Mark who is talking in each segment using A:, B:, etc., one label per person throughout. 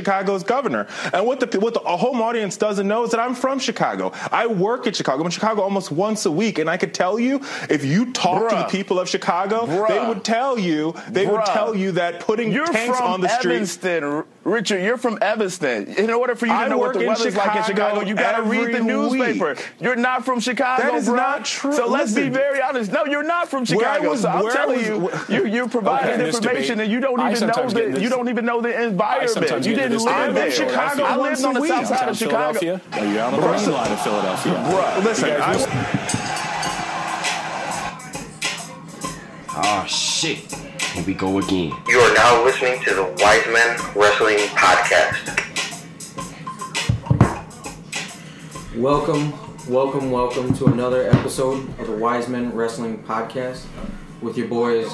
A: Chicago's governor. And what the what the home audience doesn't know is that I'm from Chicago. I work at Chicago. I'm in Chicago almost once a week, and I could tell you if you talk to
B: Bruh.
A: the people of Chicago, they
B: Bruh.
A: would tell you they would
B: Bruh.
A: tell you that putting
B: You're
A: tanks
B: from
A: on the streets.
B: Evanston, R- Richard. You're from Evanston. In order for you to
A: I
B: know
A: work
B: what the
A: in
B: weather's like in
A: Chicago
B: Chicago, you gotta read the
A: every
B: newspaper.
A: week.
B: You're not from Chicago,
A: That is
B: bro.
A: not true.
B: So let's be
A: Listen.
B: very honest. No, you're not from
A: Where I
B: Chicago.
A: was-
B: so I'm
A: where I
B: telling
A: was-
B: you,
A: wh-
B: you, you're providing
C: Okay, in this
B: information
C: debate,
B: and you don't
C: I
B: even know
C: sometimes get
B: the
C: this-
B: you don't even know the environment.
C: sometimes
B: You
C: get
B: didn't
C: this
B: live
A: debate
B: there.
A: in Chicago
B: I
A: once
B: lived on
A: a
B: the
A: week.
B: south side of
C: Downtown
B: Chicago.
C: Philadelphia. Now you're on the
A: Bruh.
C: green line of Philadelphia.
B: Bruh.
A: Listen,
C: You guys
A: I-
C: listen.
D: Oh shit. Here we go again.
E: You are now listening to the Wise Men Wrestling Podcast.
F: Welcome, welcome, welcome to another episode of the Wise Men Wrestling Podcast with your boys.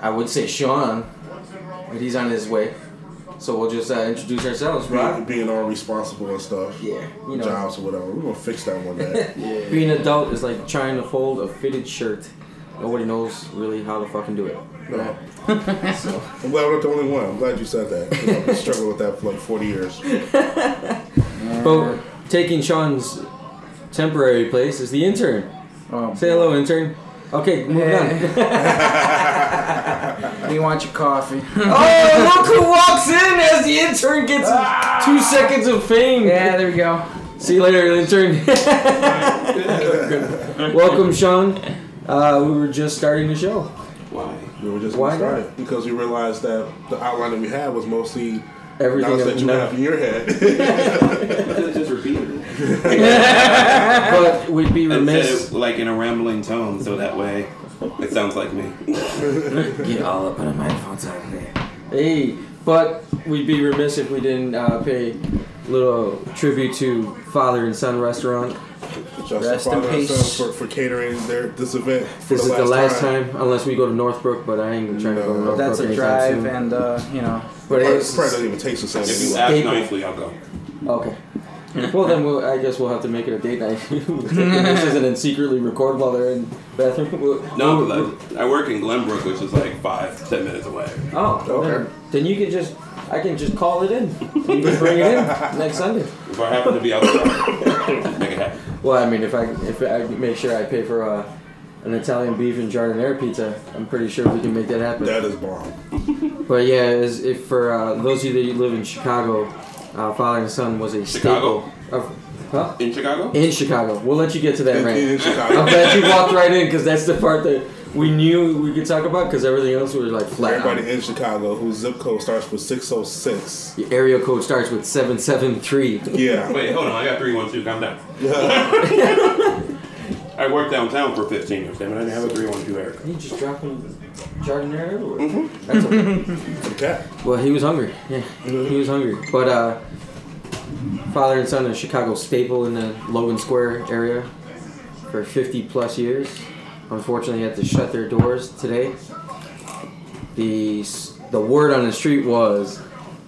F: I would say Sean, but he's on his way, so we'll just uh, introduce ourselves,
G: being,
F: right?
G: being all responsible and stuff.
F: Yeah, you know.
G: Jobs or whatever. We're gonna fix that one day.
F: Being an adult is like trying to fold a fitted shirt. Nobody knows really how to fucking do it.
G: no. I'm glad I'm not the only one. I'm glad you said that. 'cause I've been struggling with that for like 40 years.
F: But taking Sean's temporary place is the intern.
H: Oh,
F: Say hello, intern. Okay, moving on.
H: we want your coffee.
F: Oh, look who walks in as the intern gets two seconds of fame.
H: Ah. yeah, there we go.
F: See you later, intern. Welcome, Sean. Uh, we were just starting the show.
G: Why? We were just
F: Why
G: getting started because we realized that the outline that we had was mostly
F: Everything
G: knowledge
F: that-
G: that you
F: no.
G: have in your head.
I: just repeated it.
F: But we'd be remiss.
I: Said it, like in a rambling tone, so that way it sounds like me.
F: Get all up on the microphones out there. Hey, but we'd be remiss if we didn't uh, pay little tribute to Father and Son Restaurant.
G: Just
H: Rest in
G: Father and Son
H: peace.
G: For, for catering their this event. For
F: This is the last time. unless we go to Northbrook, but I ain't trying to go to
G: No.
F: Northbrook.
H: That's a
F: anytime
H: drive,
F: soon.
H: and uh, you know,
F: But
G: Probably,
F: it's
G: probably doesn't even taste the same.
I: If you
G: anyway.
I: act
F: Staple.
I: nicely, I'll go.
F: okay. Well then, we'll, I guess we'll have to make it a date night. this isn't and secretly record while they're in bathroom. We'll-
I: No,
F: we'll-
I: but I, I work in Glenbrook, which is like five, ten minutes away.
F: Oh,
G: Okay.
F: Then, then you can just, I can just call it in. You can bring it in next Sunday.
I: If I happen to be out there, make it happen.
F: Well, I mean, if I if I make sure I pay for uh, an Italian beef and jardinera pizza, I'm pretty sure we can make that happen.
G: That is bomb.
F: But yeah, as if for uh, those of you that live in Chicago, uh, Father and Son was a
I: Chicago?
F: staple. Of, huh?
I: In Chicago?
F: In Chicago, we'll let you get to that
G: In,
F: rant.
G: in
F: I'm
G: Chicago.
F: glad you walked right in because that's the part that we knew we could talk about because everything else we were like flat. out.
G: Everybody in Chicago whose zip code starts with 606.
F: Your area code starts with seven seven three.
G: Yeah.
I: Wait, hold on. I got 312. Calm down. I worked downtown for 15 years, damn it. I didn't have a 312 area.
F: He just dropping jardinera everywhere. That's okay.
G: Okay. Mm-hmm.
F: well, he was hungry. Yeah, he was hungry. But uh, father and son, a Chicago staple in the Logan Square area for 50 plus years. Unfortunately, had to shut their doors today. The s- the word on the street was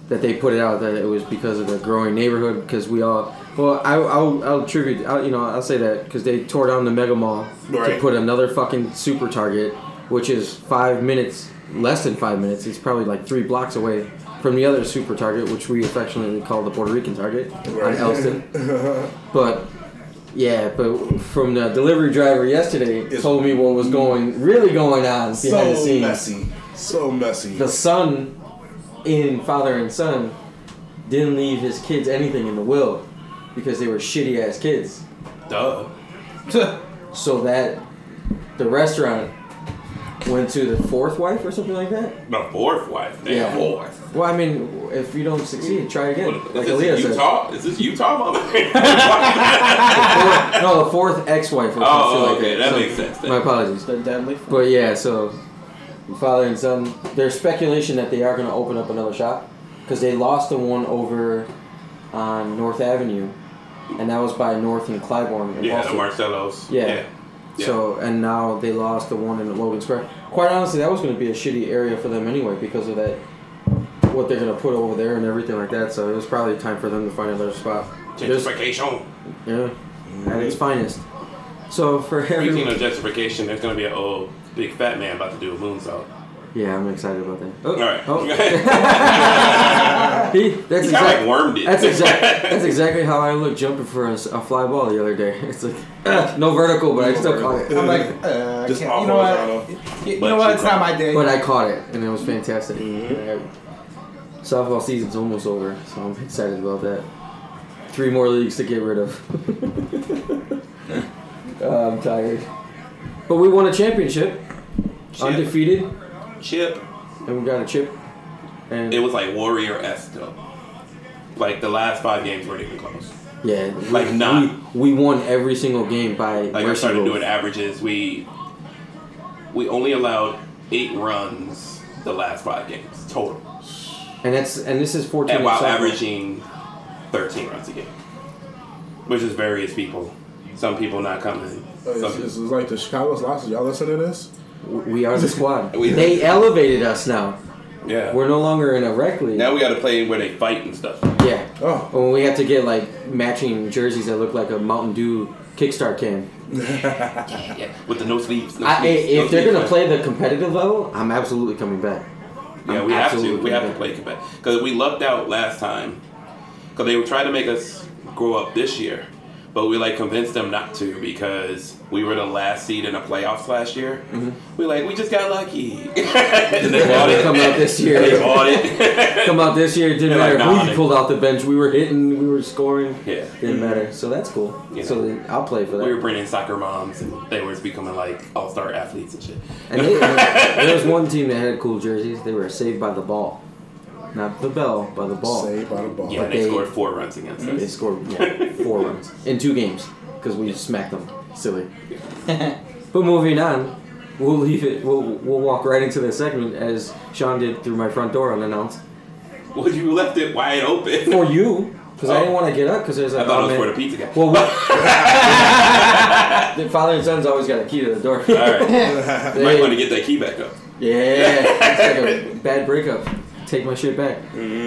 F: that they put it out that it was because of the growing neighborhood because we all well I, I'll, I'll attribute I'll, you know I'll say that because they tore down the mega mall to
G: Right.
F: put another fucking super target which is five minutes less than five minutes it's probably like three blocks away from the other super target which we affectionately call the Puerto Rican target on
G: Right.
F: Elston but yeah but from the delivery driver yesterday
G: It's-
F: told me what was going really going on behind
G: So
F: the scenes
G: messy. So messy.
F: the son in father and son didn't leave his kids anything in the will because they were shitty ass kids
I: Duh.
F: so that the restaurant went to the fourth wife or something like that
I: The fourth wife. Damn,
F: Yeah.
I: fourth.
F: well i mean if you don't succeed try again
I: What-
F: like
I: Is
F: Aaliyah
I: this
F: said
I: Utah? Is this Utah, mother?
F: Fourth- no the fourth ex-wife or
I: Oh,
F: something like
I: okay, that
F: So,
I: makes sense then.
F: my apologies
H: the deadly.
F: but yeah so father and son there's speculation that they are going to open up another shop because they lost the one over on north avenue and that was by north and claiborne and
I: yeah, the
F: Halsted.
I: Marcellos.
F: Yeah.
I: Yeah.
F: So and now they lost the one in Logan Square. Quite honestly, that was going to be a shitty area for them anyway because of that, what they're going to put over there and everything like that. So it was probably time for them to find another spot. There's-
I: Gentrification.
F: yeah, at its finest. So for
I: Speaking
F: every
I: of gentrification, there's gonna be an old big fat man about to do a moonsault.
F: Yeah, I'm excited about that. Oh,
I: All right.
F: oh. he, that's
I: Kinda
F: exactly.
I: like wormed it.
F: That's exactly that's exactly how I looked jumping for a, s- a fly ball the other day. It's like no vertical, but I still caught it.
H: I'm like, uh, I
G: Just
H: can't.
G: all
H: You know what?
G: horizontal.
H: You, you
I: But
H: know
I: you
H: what? It's
I: caught
H: not my day.
F: But I caught it, and it was fantastic.
I: Mm-hmm.
F: Softball season's almost over, so I'm excited about that. Three more leagues to get rid of. Uh, I'm tired. But we won a championship, undefeated,
I: Chip.
F: and we got a chip. And
I: It was like Warrior S though. Like the last five games weren't even close.
F: yeah,
I: Like
F: we,
I: none.
F: We, we won every single game by
I: Like we
F: mercy
I: started
F: vote.
I: doing averages. We we only allowed eight runs the last five games total,
F: and that's and this is 14
I: and while
F: softball.
I: averaging thirteen runs a game, which is various people. Some people not coming.
G: Oh, It's,
I: Some
G: it's like the Chicago's losses. Y'all listen to this?
F: We are the squad.
I: We-
F: they elevated us now.
I: yeah.
F: We're no longer in a rec league.
I: now we got to play where they fight and stuff.
F: yeah.
G: Oh.
F: When we have to get like matching jerseys that look like a Mountain Dew Kickstart can.
I: Yeah, with the no sleeves. No
F: I, i-
I: sleeves, no
F: if they're
I: sleeves,
F: gonna
I: man.
F: play the competitive level, I'm absolutely coming back.
I: Yeah,
F: I'm
I: we have to.
F: absolutely
I: We have to
F: back.
I: play Quebec because we lucked out last time because they were trying to make us grow up this year, but we like convinced them not to because we were the last seed in the playoffs last year.
F: Mm-hmm.
I: We like we just got lucky. and they bought
F: they
I: it.
F: come out this year.
I: They bought it.
F: Come out this year, it didn't
I: They're like,
F: matter
I: nah,
F: who
I: they-
F: you pulled out the bench. We were hitting, we were scoring.
I: Yeah.
F: Didn't matter. So that's cool.
I: Yeah.
F: So then I'll play for that.
I: we were bringing soccer moms, and they were becoming like all star athletes and shit.
F: And they, there was one team that had cool jerseys. They were saved by the ball, not the bell, by the ball.
G: Saved by the ball.
I: Yeah,
F: But
I: they,
F: they-
I: scored four runs against
F: They
I: us.
F: scored yeah, four runs in two games because we smacked them. Silly. but moving on, we'll leave it. We'll, we'll walk right into the segment as Sean did through my front door unannounced Mm-hmm.
I: Well, you left it wide open.
F: for you because I
I: Oh.
F: didn't want to get up because there's a
I: I thought it was
F: comment.
I: for the pizza guy.
F: Well, what? the father and son's always got a key to the door.
I: all right,
F: They-
I: might want to get that key back up.
F: yeah, it's like a bad breakup. Take my shit back.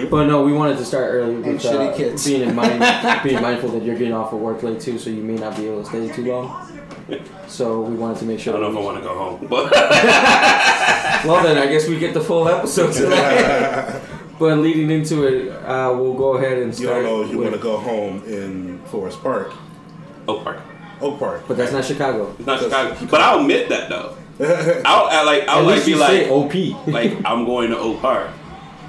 F: But no, we wanted to start early with
H: shitty
F: uh,
H: kids.
F: being in mind, being mindful that you're getting off of work late too, so you may not be able to stay too long. So we wanted to make
I: I
F: sure.
I: don't know if I
F: that
I: want to go home, but
F: we- well, then I guess we get the full episode tonight. but leading into it, uh, we'll go ahead and
G: You
F: start.
G: don't know if you
F: with-
G: want to go home in Forest Park,
I: Oak Park.
G: Oak Park.
F: But that's not Chicago.
I: It's not Chicago. But I'll admit that though. I'll I, like I'll
F: At
I: like
F: least
I: be
F: you say
I: like
F: OP.
I: like I'm going to Oak Park.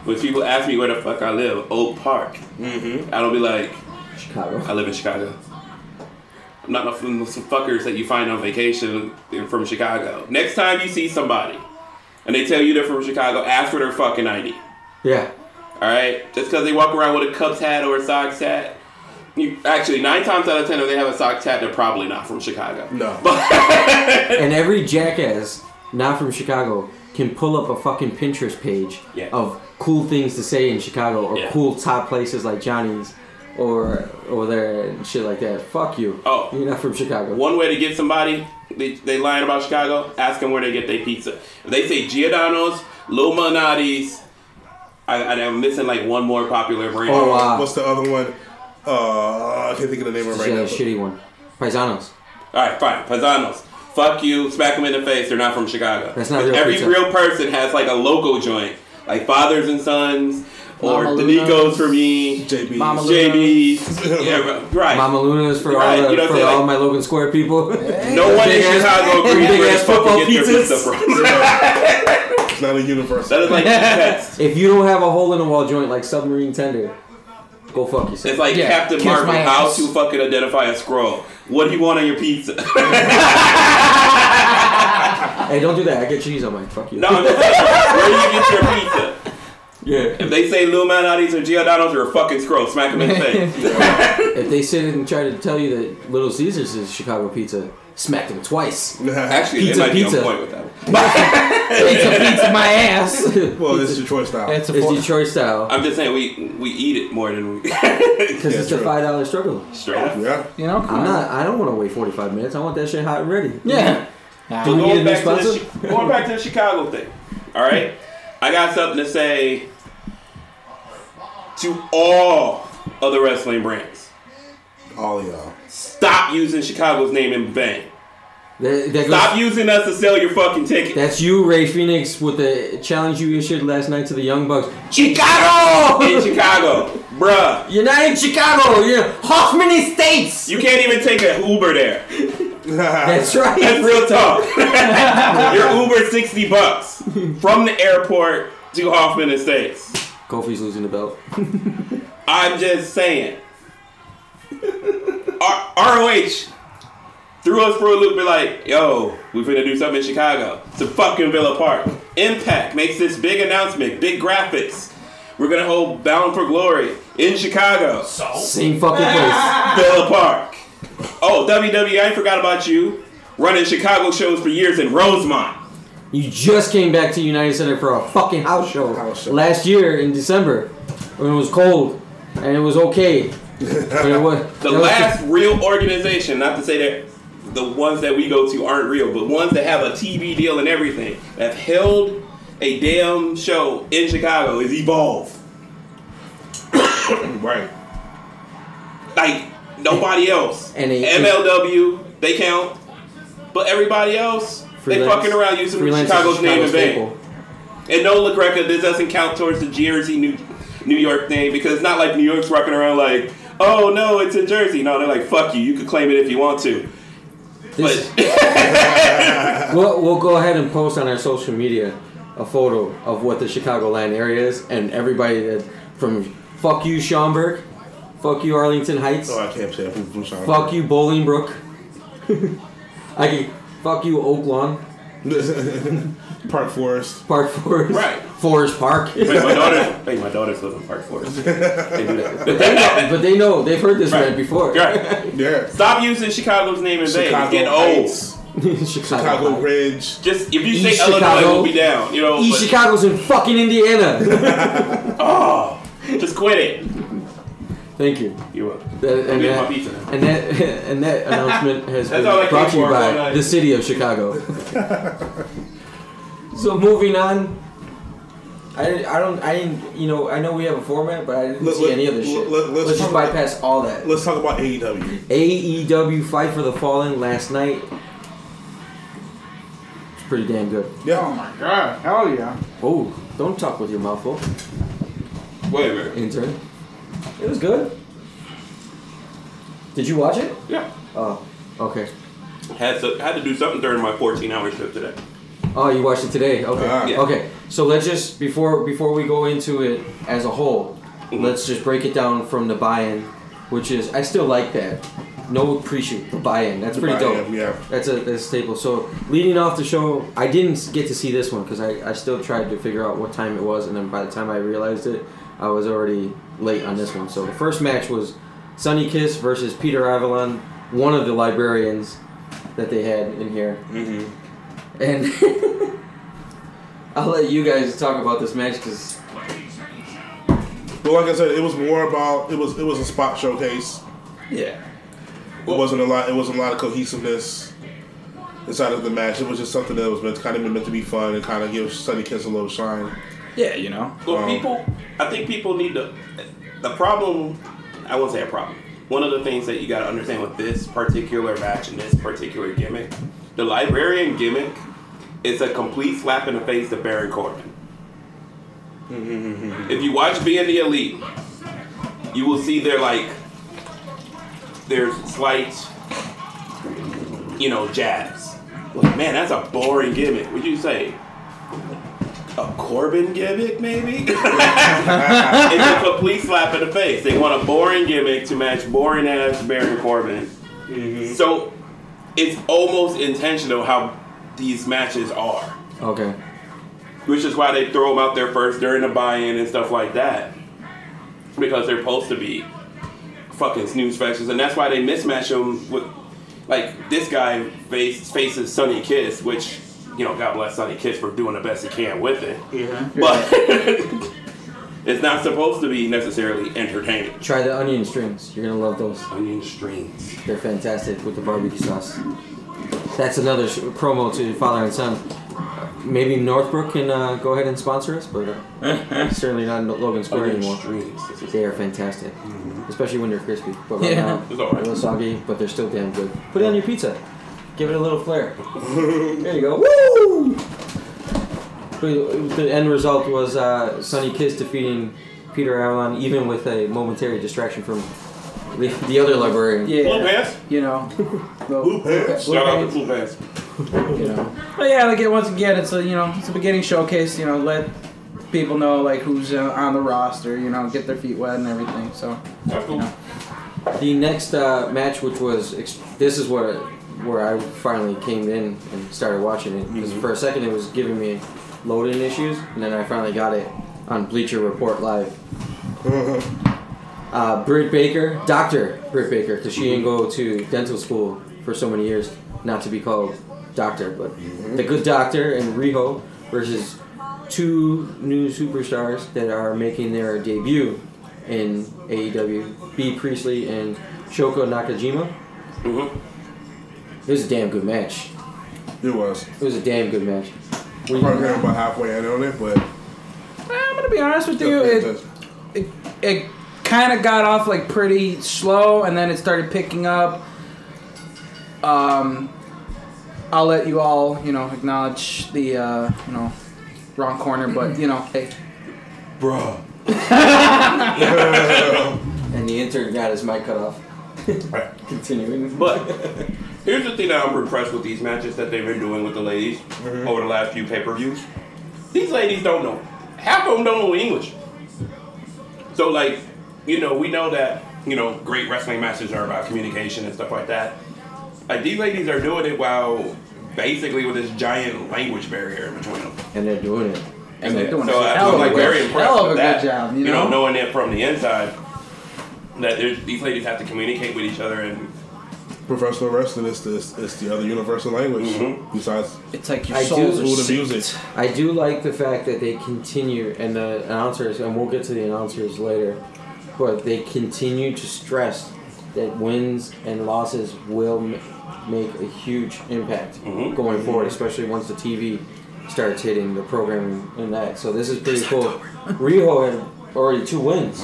I: When people ask me where the fuck I live, Oak Park. Mm-hmm. I don't be like I
F: Chicago.
I: live in Chicago. I'm not from some fuckers that you find on vacation in- from Chicago. Next time you see somebody and they tell you they're from Chicago, ask for their fucking ID.
F: Yeah.
I: All right, just because they walk around with a Cubs hat or a Sox hat. You, actually, nine times out of ten, if they have a Sox hat, they're probably not from Chicago.
G: No.
F: and every jackass not from Chicago can pull up a fucking Pinterest page
I: Yeah.
F: of cool things to say in Chicago or
I: Yeah.
F: cool top places like Johnny's or or there and shit like that. Fuck you.
I: Oh.
F: you're not from Chicago.
I: One way to get somebody, they, they lying about Chicago, ask them where they get their pizza. If they say Giordano's, Luminati's, I, I, am missing like one more popular brand.
F: Oh, wow.
G: What's the other one? Uh, I can't think of the name of it
F: Just
G: right now.
F: a shitty one. Paisanos.
I: All right, fine. Paisanos. Fuck you, smack them in the face. They're not from Chicago.
F: That's not
I: But
F: real
I: Every
F: pizza.
I: real person has like a local joint, like Fathers and Sons, or
H: Mama
I: Danico's
H: Luna's.
I: for me,
G: JB.
H: Mama
I: JB's. yeah, right.
F: Mama Luna's for
I: Right,
F: all, the,
I: you know what I'm
F: for
I: saying,
F: all
I: like-
F: my Logan Square people.
I: No one in
F: Big ass-
I: Chicago agrees
F: big
I: where the
F: ass
I: fuck
F: football
I: to get their
F: pizzas.
I: pizza from.
G: It's not a universal.
I: That is like the best.
F: if you don't have a hole in the wall joint like Submarine Tender, go fuck yourself.
I: It's like
H: Yeah,
I: Captain
H: kiss
I: Marvel,
H: my
I: how
H: ass.
I: to fucking identify a scroll. What do you want on your pizza? no,
F: hey, don't do that. I get cheese on my fuck you.
I: I'm just saying, where do you get your pizza?
F: Yeah.
I: If they say Luminati's or Giordano's, you're a fucking scroll. Smack them in the face.
F: If they sit and try to tell you that Little Caesars is Chicago pizza, smack them twice.
I: Actually,
F: Pizza,
I: they might be
F: pizza.
I: on point with that one.
H: It's a pizza my ass.
G: well, it's Detroit style.
H: It's a
F: It's
H: four.
F: Detroit style
I: I'm just saying, we we eat it more than we.
F: because it's a
G: true.
F: five dollar struggle.
I: Straight up.
G: yeah.
H: You know, come
F: I'm
H: on.
F: not. I don't want to wait forty five minutes. I want that shit hot and ready.
H: Yeah.
F: Do we
H: Nah.
F: need a new
I: Going back, to the,
F: sponsor?
I: Chi- going back to the Chicago thing, all right? I got something to say to all other wrestling brands.
G: All of y'all.
I: Stop using Chicago's name in vain.
F: That, that
I: Stop
F: goes-
I: using us to sell your fucking ticket.
F: That's you, Ray Phoenix, with the challenge you issued last night to the Young Bucks.
I: in
F: Chicago!
I: Chicago, bruh.
F: You're not in Chicago. You're in Hoffman Estates.
I: You can't even take an Uber there.
F: That's
I: That's
F: right.
I: real talk. Your Uber sixty bucks from the airport to Hoffman Estates.
F: Kofi's losing the belt.
I: I'm just saying. R- ROH threw us for a loop. Be like, yo, we finna do something in Chicago. It's a fucking Villa Park. Impact makes this big announcement, big graphics. We're gonna hold Bound for Glory in Chicago,
F: Same fucking place.
I: Villa Park. Oh, WWE, I forgot about you. Running Chicago shows for years in Rosemont.
F: You just came back to United Center for a fucking house show,
G: House show.
F: last year in December when it was cold and it was okay. But it was,
I: The
F: that was
I: last real organization, not to say that the ones that we go to aren't real, but ones that have a TV deal and everything, that have held a damn show in Chicago is Evolve.
G: Right.
I: Like nobody else.
F: And they-
I: MLW, they count. But everybody else, they
F: freelance-
I: fucking around using
F: freelance is a
I: Chicago's name in vain.
F: staple.
I: And no LaGreca, this doesn't count towards the Jersey New New York thing because it's not like New York's rocking around like, oh no, it's in Jersey. No, they're like, fuck you, you can claim it if you want to.
F: This-
I: But
F: We'll, we'll go ahead and post on our social media a photo of what the Chicagoland area is, and everybody that from fuck you Schaumburg, fuck you Arlington Heights,
G: Oh, I can't say who's from Sean.
F: fuck you Bolingbrook, I can fuck you Oak Lawn,
G: Park Forest.
F: Park Forest,
I: Right.
F: Forest Park.
I: Wait, my daughter. Wait, my daughters live in Park Forest. They do that.
F: but they know they've heard this
I: Right.
F: rant before.
I: right.
G: Yeah.
I: Stop using Chicago's name in vain. It's getting old.
G: Heights,
F: Chicago.
G: Chicago
F: Heights.
G: Ridge.
I: Just if you
F: East
I: say Illinois,
F: Chicago.
I: we'll be down. You know.
F: East
I: but-
F: Chicago's in fucking Indiana.
I: Oh, just quit it.
F: Thank you.
I: You will.
F: That-
I: I'm
F: and,
I: getting
F: that,
I: my pizza now.
F: and that and that announcement has
I: That's
F: been
I: all I came
F: brought to you
I: for, one
F: by
I: night.
F: the city of Chicago. so moving on. I, didn't- I don't I didn't you know I know we have a format but I didn't
G: Let-
F: see
G: let-
F: any other shit.
G: let- let's
F: let's just
G: talk about-
F: bypass all that.
G: Let's talk about E AEW.
F: AEW Fight for the Fallen last night. It's pretty damn good.
G: Yeah.
H: my god. Hell yeah.
F: Oh, don't talk with your mouth full,
I: Wait a minute.
F: intern. It was good. Did you watch it?
I: Yeah.
F: Oh, okay.
I: Had to had to do something during my 14 hour shift today.
F: Oh, you watched it today. Okay.
G: Ah.
I: Uh-huh. Yeah.
F: Okay. So let's just before before we go into it as a whole,
I: Mm-hmm.
F: let's just break it down from the buy-in, which is I still like that. No pre-shoot, the buy-in. That's pretty
G: buy-in,
F: dope.
G: yeah.
F: That's a that's a staple. So leading off the show, I didn't get to see this one because I, I still tried to figure out what time it was, and then by the time I realized it, I was already late on this one. So the first match was Sunny Kiss versus Peter Avalon, one of the librarians that they had in here. And I'll let you guys talk about this match because
G: But like I said, it was more about it was it was a spot showcase.
F: yeah,
G: It wasn't a lot. It wasn't a lot of cohesiveness inside of the match. It was just something that was meant kind of meant to be fun and kind of give Sunny Kiss a little shine.
H: Yeah, you know.
I: Well,
G: Wow.
I: people, I think people need to. The problem, I won't say a problem. One of the things that you got to understand with this particular match and this particular gimmick, the librarian gimmick is a complete slap in the face to Baron Corbin. if you watch Being the Elite, you will see they're like, there's slight, you know, jabs. Like, man, that's a boring gimmick. Would you say? a Corbin gimmick, maybe? it's a complete slap in the face. They want a boring gimmick to match boring ass Baron Corbin. So it's almost intentional how these matches are,
F: okay,
I: which is why they throw them out there first during the buy-in and stuff like that, because they're supposed to be fucking snooze festers, and that's why they mismatch them with like this guy face, faces Sonny Kiss, which. You know, God bless Sonny Kiss for doing the best he can with it but it's not supposed to be necessarily entertaining.
F: try the onion strings. You're gonna love those.
I: Onion strings.
F: They're fantastic with the barbecue sauce. That's another sh- promo to father and son. Maybe Northbrook can uh, go ahead and sponsor us, but uh, certainly not in Logan Square
I: Onion
F: anymore.
I: strings. This is-
F: They are fantastic, especially when they're crispy. But right now,
I: Mm-hmm. It's all right.
F: they're a little soggy, but they're still damn good. Put it on your pizza. Give it a little flair. there you go. Woo! But The end result was uh, Sonny Kiss defeating Peter Avalon, even with a momentary distraction from the, the other librarian.
H: Yeah.
I: Blue pants.
H: You know. the-
G: pants?
H: blue
I: Shout out to
H: pants,
I: Blue Pants.
H: You know. But yeah, like it, once again, it's a you know it's a beginning showcase. You know, let people know like who's uh, on the roster. You know, get their feet wet and everything. So
I: That's cool.
F: The next uh, match, which was ex- this is what where I finally came in and started watching it because for a second it was giving me loading issues, and then I finally got it on Bleacher Report live. uh, Britt Baker, Doctor Britt Baker, because she didn't go to dental school for so many years, not to be called doctor, but the good doctor and Riho versus two new superstars that are making their debut in AEW, B Priestley and Shoko Nakajima.
I: Mm-hmm.
F: It was a damn good match.
G: It was.
F: It was a damn good match. We-
G: Probably had about halfway in on it, but
H: I'm gonna be honest with you.
G: still paying
H: It,
G: attention.
H: it, it kind of got off like pretty slow, and then it started picking up. Um, I'll let you all, you know, acknowledge the, uh, you know, wrong corner, but you know, hey,
G: Bruh.
F: and the intern got his mic cut off. Continuing.
I: But here's the thing that I'm impressed with these matches that they've been doing with the ladies over the last few pay-per-views. These ladies don't know. Half of them don't know English. So like, you know, we know that you know great wrestling matches are about communication and stuff like that. Like these ladies are doing it while basically with this giant language barrier in between them.
F: and they're doing it.
I: And
H: they're
I: then-
H: doing
I: so
H: a
I: I
H: hell
I: was
H: of a
I: like
H: good-
I: very impressed
H: hell of a
I: with
H: good
I: that.
H: job, you
I: you know,
H: know?
I: knowing that from the inside that there's, these ladies have to communicate with each other and
G: Professional wrestling is the, is the other universal language besides
H: it's like your
F: I
H: souls
F: do-
H: are
G: food and
H: sick.
G: music.
F: I do like the fact that they continue, and the announcers, and we'll get to the announcers later, but they continue to stress that wins and losses will m- make a huge impact going forward, especially once the TV starts hitting the programming and that. So this is pretty cool. Riho had already two wins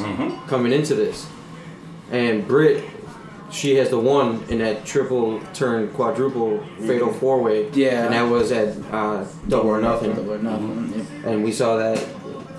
F: coming into this, and Britt, she has the one in that triple turn, quadruple, fatal four way.
H: Yeah.
F: and that was at uh, double or nothing Mm-hmm.
H: Double or nothing. yeah.
F: and we saw that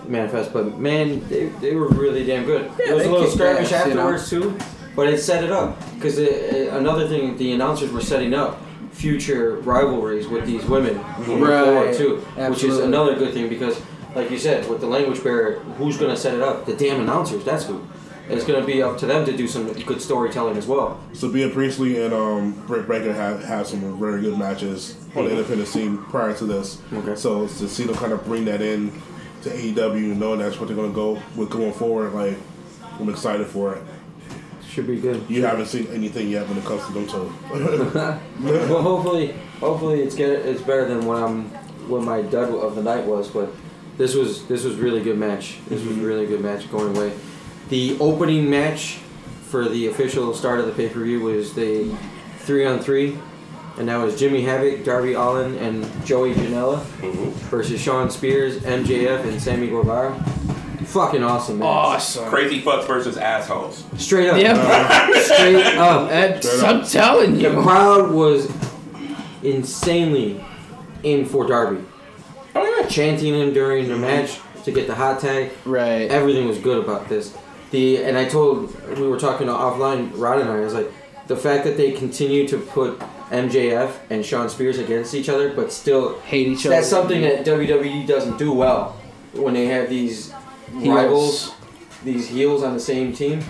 F: manifest. But man, they, they were really damn good.
H: Yeah,
F: it was a
H: they
F: little
H: kicked
F: skirmish
H: ass, you know.
F: afterwards too, but it set it up because another thing the announcers were setting up future rivalries with these women going
H: Right,
F: forward too, which is
H: absolutely.
F: another good thing because, like you said, with the language barrier, who's going to set it up? The damn announcers. That's who. It's going to be up to them to do some good storytelling as well.
G: So Bea Priestley and um, Britt Baker have, have some very good matches on the independent scene prior to this.
F: Okay.
G: So it's to see them kind of bring that in to AEW, knowing that's what they're going to go with going forward, like I'm excited for it.
F: Should be good.
G: You haven't seen anything yet when it comes to them, so
F: Well, hopefully, hopefully it's get, it's better than what I'm what my dud of the night was. But this was this was really good match. This was really good match going away. The opening match for the official start of the pay per view was the three on three, and that was Jimmy Havoc, Darby Allin, and Joey Janela versus Sean Spears, MJF, and Sammy Guevara. Fucking awesome match.
H: Awesome.
I: crazy fucks versus assholes.
F: Straight up.
H: Yeah.
F: Straight up.
H: That's- I'm telling
F: The
H: you.
F: crowd was insanely in for Darby.
I: Oh yeah.
F: Chanting him during the match to get the hot tag.
H: Right.
F: Everything was good about this. The and I told we were talking offline, Rod and I, I was like, the fact that they continue to put MJF and Sean Spears against each other, but still
H: Hate each
F: That's
H: other.
F: something that WWE doesn't do well when they have these rivals, these heels on the same team.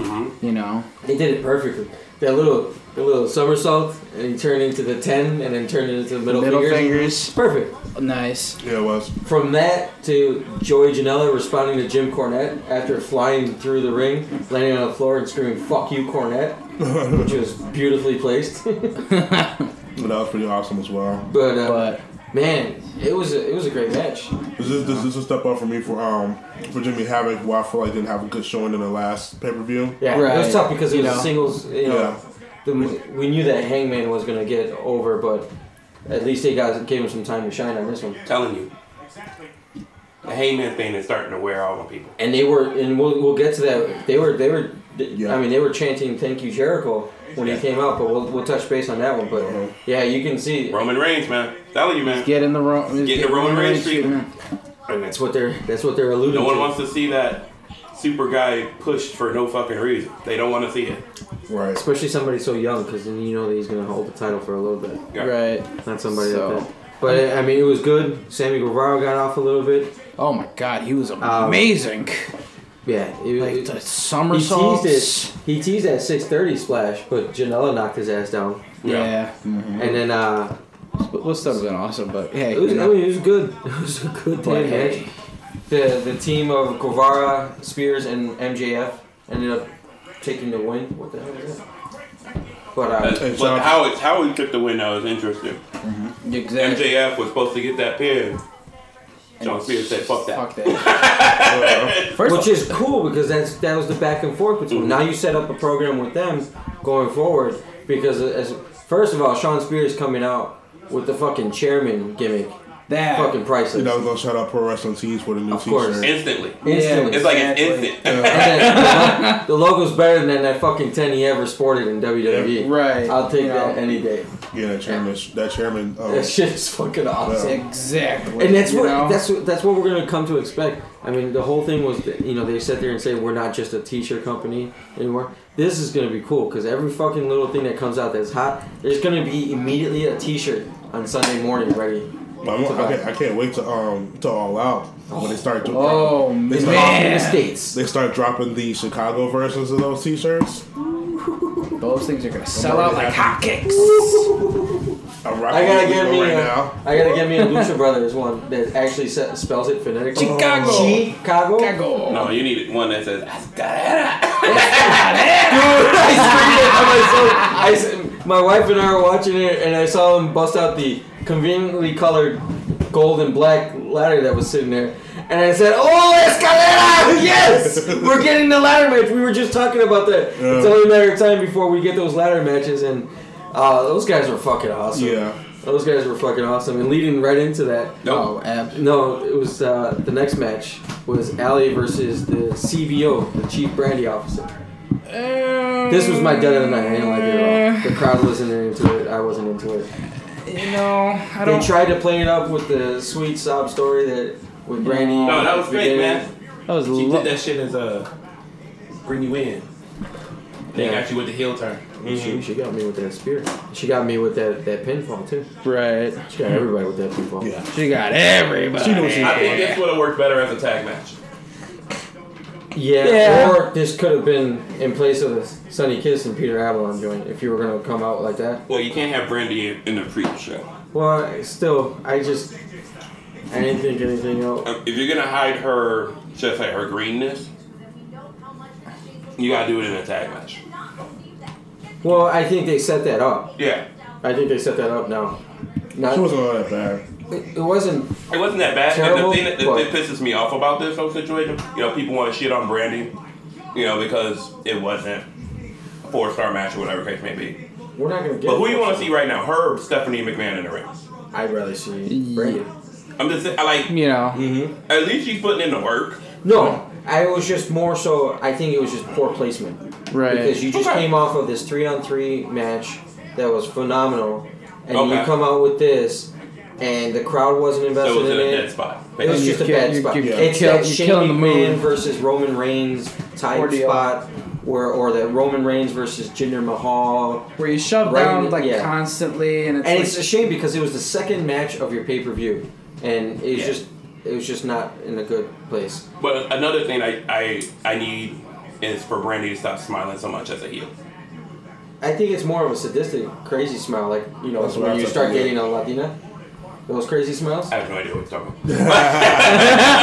H: You know.
F: They did it perfectly. That little the little somersault and he turned into the ten and then turned it into the middle,
H: Middle
F: fingers.
H: fingers.
F: Perfect.
H: Nice.
G: yeah, it was.
F: From that to Joey Janela responding to Jim Cornette after flying through the ring, landing on the floor and screaming "Fuck you, Cornette," which was beautifully placed.
G: But that was pretty awesome as well.
F: but, uh,
H: But
F: man, it was a, it was a great match.
G: This is this, is a step up for me for um for Jimmy Havoc, who I feel like didn't have a good showing in the last pay per view.
F: Yeah, it was
H: Right.
F: tough because it
H: You
F: was
H: know.
F: singles. You know,
G: Yeah.
F: the, we knew that Hangman was gonna get over, but at least they guys gave him some time to shine on this one.
I: telling you. The Heyman thing is starting to wear out on people.
F: and they were and we'll, we'll get to that they were they were Th-
G: Yeah.
F: I mean, they were chanting "Thank you, Jericho" when he came out, but we'll, we'll touch base on that one. But yeah, you can see
I: Roman Reigns, man. Telling you, man.
H: Get in the room.
I: Get the Roman Reigns treatment.
F: that's what they're that's what they're alluding
I: No one
F: to.
I: wants to see that super guy pushed for no fucking reason. They don't want to see it.
G: Right.
F: Especially somebody so young, because then you know that he's gonna hold the title for a little bit.
I: Yeah.
H: Right.
F: Not somebody
H: So-
F: like that. But I mean, it was good. Sammy Guevara got off a little bit.
H: Oh my God, he was amazing.
F: Yeah, it,
H: like
F: it-
H: the
F: Um, he teased
H: somersaults.
F: it. He teased that 6:30 splash, but Janela knocked his ass down.
H: Yeah.
F: And then uh,
H: Well, still have been awesome, but hey.
F: it was,
H: you
F: I
H: know.
F: mean, it was good. It was a good
H: But
F: damn
H: hey.
F: match. The the team of Guevara, Spears, and MJF ended up taking the win. What the hell is that? But uh,
I: But
G: so-
I: how it how he took the win now is interesting.
H: Exactly.
I: MJF was supposed to get that pin. John Spears said, "Fuck that."
H: Fuck that. First
F: which is cool because that's that was the back and forth between.
H: Mm-hmm.
F: Now you set up a program with them going forward because uh, as first of all, Sean Spears coming out with the fucking chairman gimmick,
H: that.
F: fucking priceless.
G: And I was gonna shout out pro wrestling tees for the new
F: Of course.
G: t-shirt.
I: Instantly,
F: Instantly.
I: it's like it's instant.
F: And then the, lo- the logo's better than that fucking ten he ever sported in WWE.
H: Yeah, right.
F: I'll take
H: You
F: that
H: know.
F: any day.
G: Yeah, that chairman. That chairman. Um,
F: That shit is fucking awesome.
H: Exactly.
F: And that's
H: you
F: what
H: know?
F: that's what that's what we're gonna come to expect. I mean, the whole thing was, that, you know, they sit there and say we're not just a t-shirt company anymore. This is gonna be cool because every fucking little thing that comes out that's hot, there's gonna be immediately a t-shirt on Sunday morning ready.
G: I'm, I, can't, I can't wait to um to all out when they start doing.
H: Oh
G: They
H: man.
G: start-
F: Off in the states.
G: They start dropping the Chicago versions of those t-shirts.
H: Those things are gonna sell out like hotcakes.
G: I'm rocking
F: I gotta
G: the
F: get
G: logo
F: me
G: right
F: a,
G: now.
F: I gotta get me a Lucha Brothers one that actually se- spells it phonetically.
H: Chicago.
F: Chicago.
H: Go.
I: No, you need one that says,
F: I screamed it. I'm like, so- I s- my wife and I were watching it, and I saw him bust out the conveniently colored gold and black ladder that was sitting there. And I said, "Oh, escalera! Yes, we're getting the ladder match. We were just talking about that. It's
G: Yeah.
F: only a matter of time before we get those ladder matches." And uh, those guys were fucking awesome.
G: Yeah.
F: those guys were fucking awesome. And leading right into that,
H: No, Oh, ab-
F: no, it was uh, the next match was Ali versus the CBO, the Chief Brandy Officer. This was my dead of the night. I didn't like it at
H: Um,
F: all. The crowd wasn't into it. I wasn't into it.
H: you know, I
F: They
H: don't.
F: tried to play it up with the sweet sob story that with Brandy.
I: "No, that was
F: at the
I: fake,
F: beginning.
I: man.
H: that was
I: She
H: lo-
I: did that shit as a bring you in. They
F: Yeah.
I: got you with the heel turn.
F: She, she got me with that spear. She got me with that, that pinfall too.
H: right.
F: She got everybody with that pinfall.
G: Yeah.
H: She got everybody.
G: She knew what she
I: I
G: was
I: think
G: doing.
I: this would have worked better as a tag match.
F: Yeah,
H: Yeah.
F: Or this could have been in place of the Sunny Kiss and Peter Avalon joint if you were gonna come out like that.
I: Well, you can't have Brandy in, in the pre-show.
F: Well, I- still, I just I didn't think anything else.
I: Um, If you're gonna hide her, should I say her greenness, you gotta do it in a tag match.
F: Well, I think they set that up.
I: Yeah,
F: I think they set that up now.
G: She
F: Not
G: wasn't all that bad.
F: it, it wasn't.
I: it wasn't that bad.
F: Terrible,
I: and the thing that,
F: but-
I: that, that pisses me off about this whole situation, you know, people want to shit on Brandy, you know, because it wasn't a four-star match or whatever case may be.
F: We're not gonna get.
I: But who you want to see right now? Her, or Stephanie McMahon in the ring.
F: I'd rather see Brandon.
I: I'm just I like.
H: You know.
I: At least she's putting in the work.
F: No, I was just more so. I think it was just poor placement.
H: Right.
F: Because you just
I: Okay.
F: came off of this three on three match that was phenomenal, and you
I: Okay.
F: come out with this, and the crowd wasn't invested
I: So it was
F: in
I: in a
F: it.
I: dead spot.
F: It was
H: You
F: just a
H: kill-
F: bad
H: you
F: spot.
H: kill-
F: it's
H: kill-
F: that
H: you're
F: Shane
H: killing the
F: McMahon
H: mood.
F: versus Roman Reigns type
H: Ordeal.
F: spot, where or the Roman Reigns versus Jinder Mahal,
H: Where you shove
F: Right,
H: down like
F: yeah.
H: constantly, and it's,
F: and
H: like,
F: it's a shame because it was the second match of your pay per view, and it was
I: Yeah.
F: just it was just not in a good place.
I: But another thing I I, I need is for Brandy to stop smiling so much as a heel.
F: I think it's more of a sadistic, crazy smile, like you know
G: That's what I
F: when you
G: took
F: start
G: away.
F: getting a Latina, those crazy smiles
I: I have no idea what you're talking about.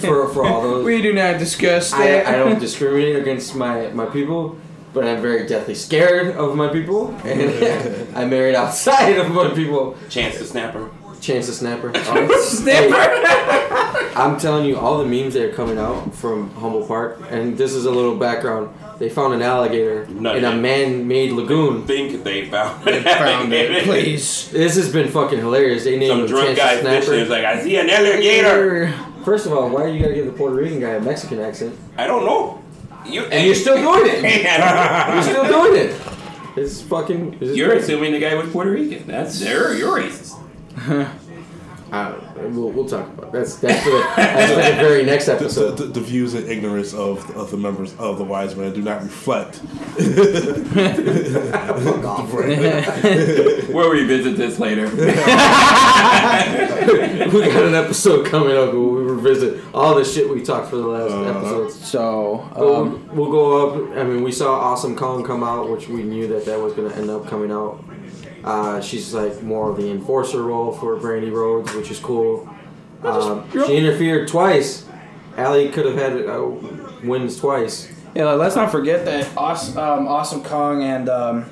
F: for for all those.
H: we do not discuss
F: I,
H: that.
F: I don't discriminate against my, my people, but I'm very deathly scared of my people. And I married outside of my people.
I: Chance the Snapper.
F: Chance the Snapper. Snapper! I'm telling you, all the memes that are coming out from Humble Park, and this is a little background. They found an alligator
I: No,
F: in a
I: yeah.
F: man made lagoon.
I: Think they found it.
B: Found it, please.
F: This has been fucking hilarious. They named
I: Some
F: him
I: drunk
F: Chance
I: guy
F: the
I: fishing
F: Snapper.
I: is like, I see an alligator.
F: First of all, why are you gotta give the Puerto Rican guy a Mexican accent?
I: I don't know. You
F: And you're still doing it. You're still doing it. It's fucking. It's
I: You're
F: crazy.
I: assuming the guy was Puerto Rican. That's there. You're racist.
F: Uh, we'll, we'll talk about it. that's that's for, that's for the very next
G: The, the,
F: episode.
G: the, the views and ignorance of, of the members of the Wise Men do not reflect.
I: We'll revisit this later.
F: we got an episode coming up where we revisit all the shit we talked for the last episodes.
H: So,
F: But
H: Uh-huh. um,
F: we'll, we'll go up. I mean, we saw Awesome Kong come out, which we knew that that was going to end up coming out. Uh, she's like more of the enforcer role for Brandy Rhodes, which is cool. Um, she interfered twice. Allie could have had uh, wins twice.
H: yeah, let's not forget that awesome, um, awesome Kong and um,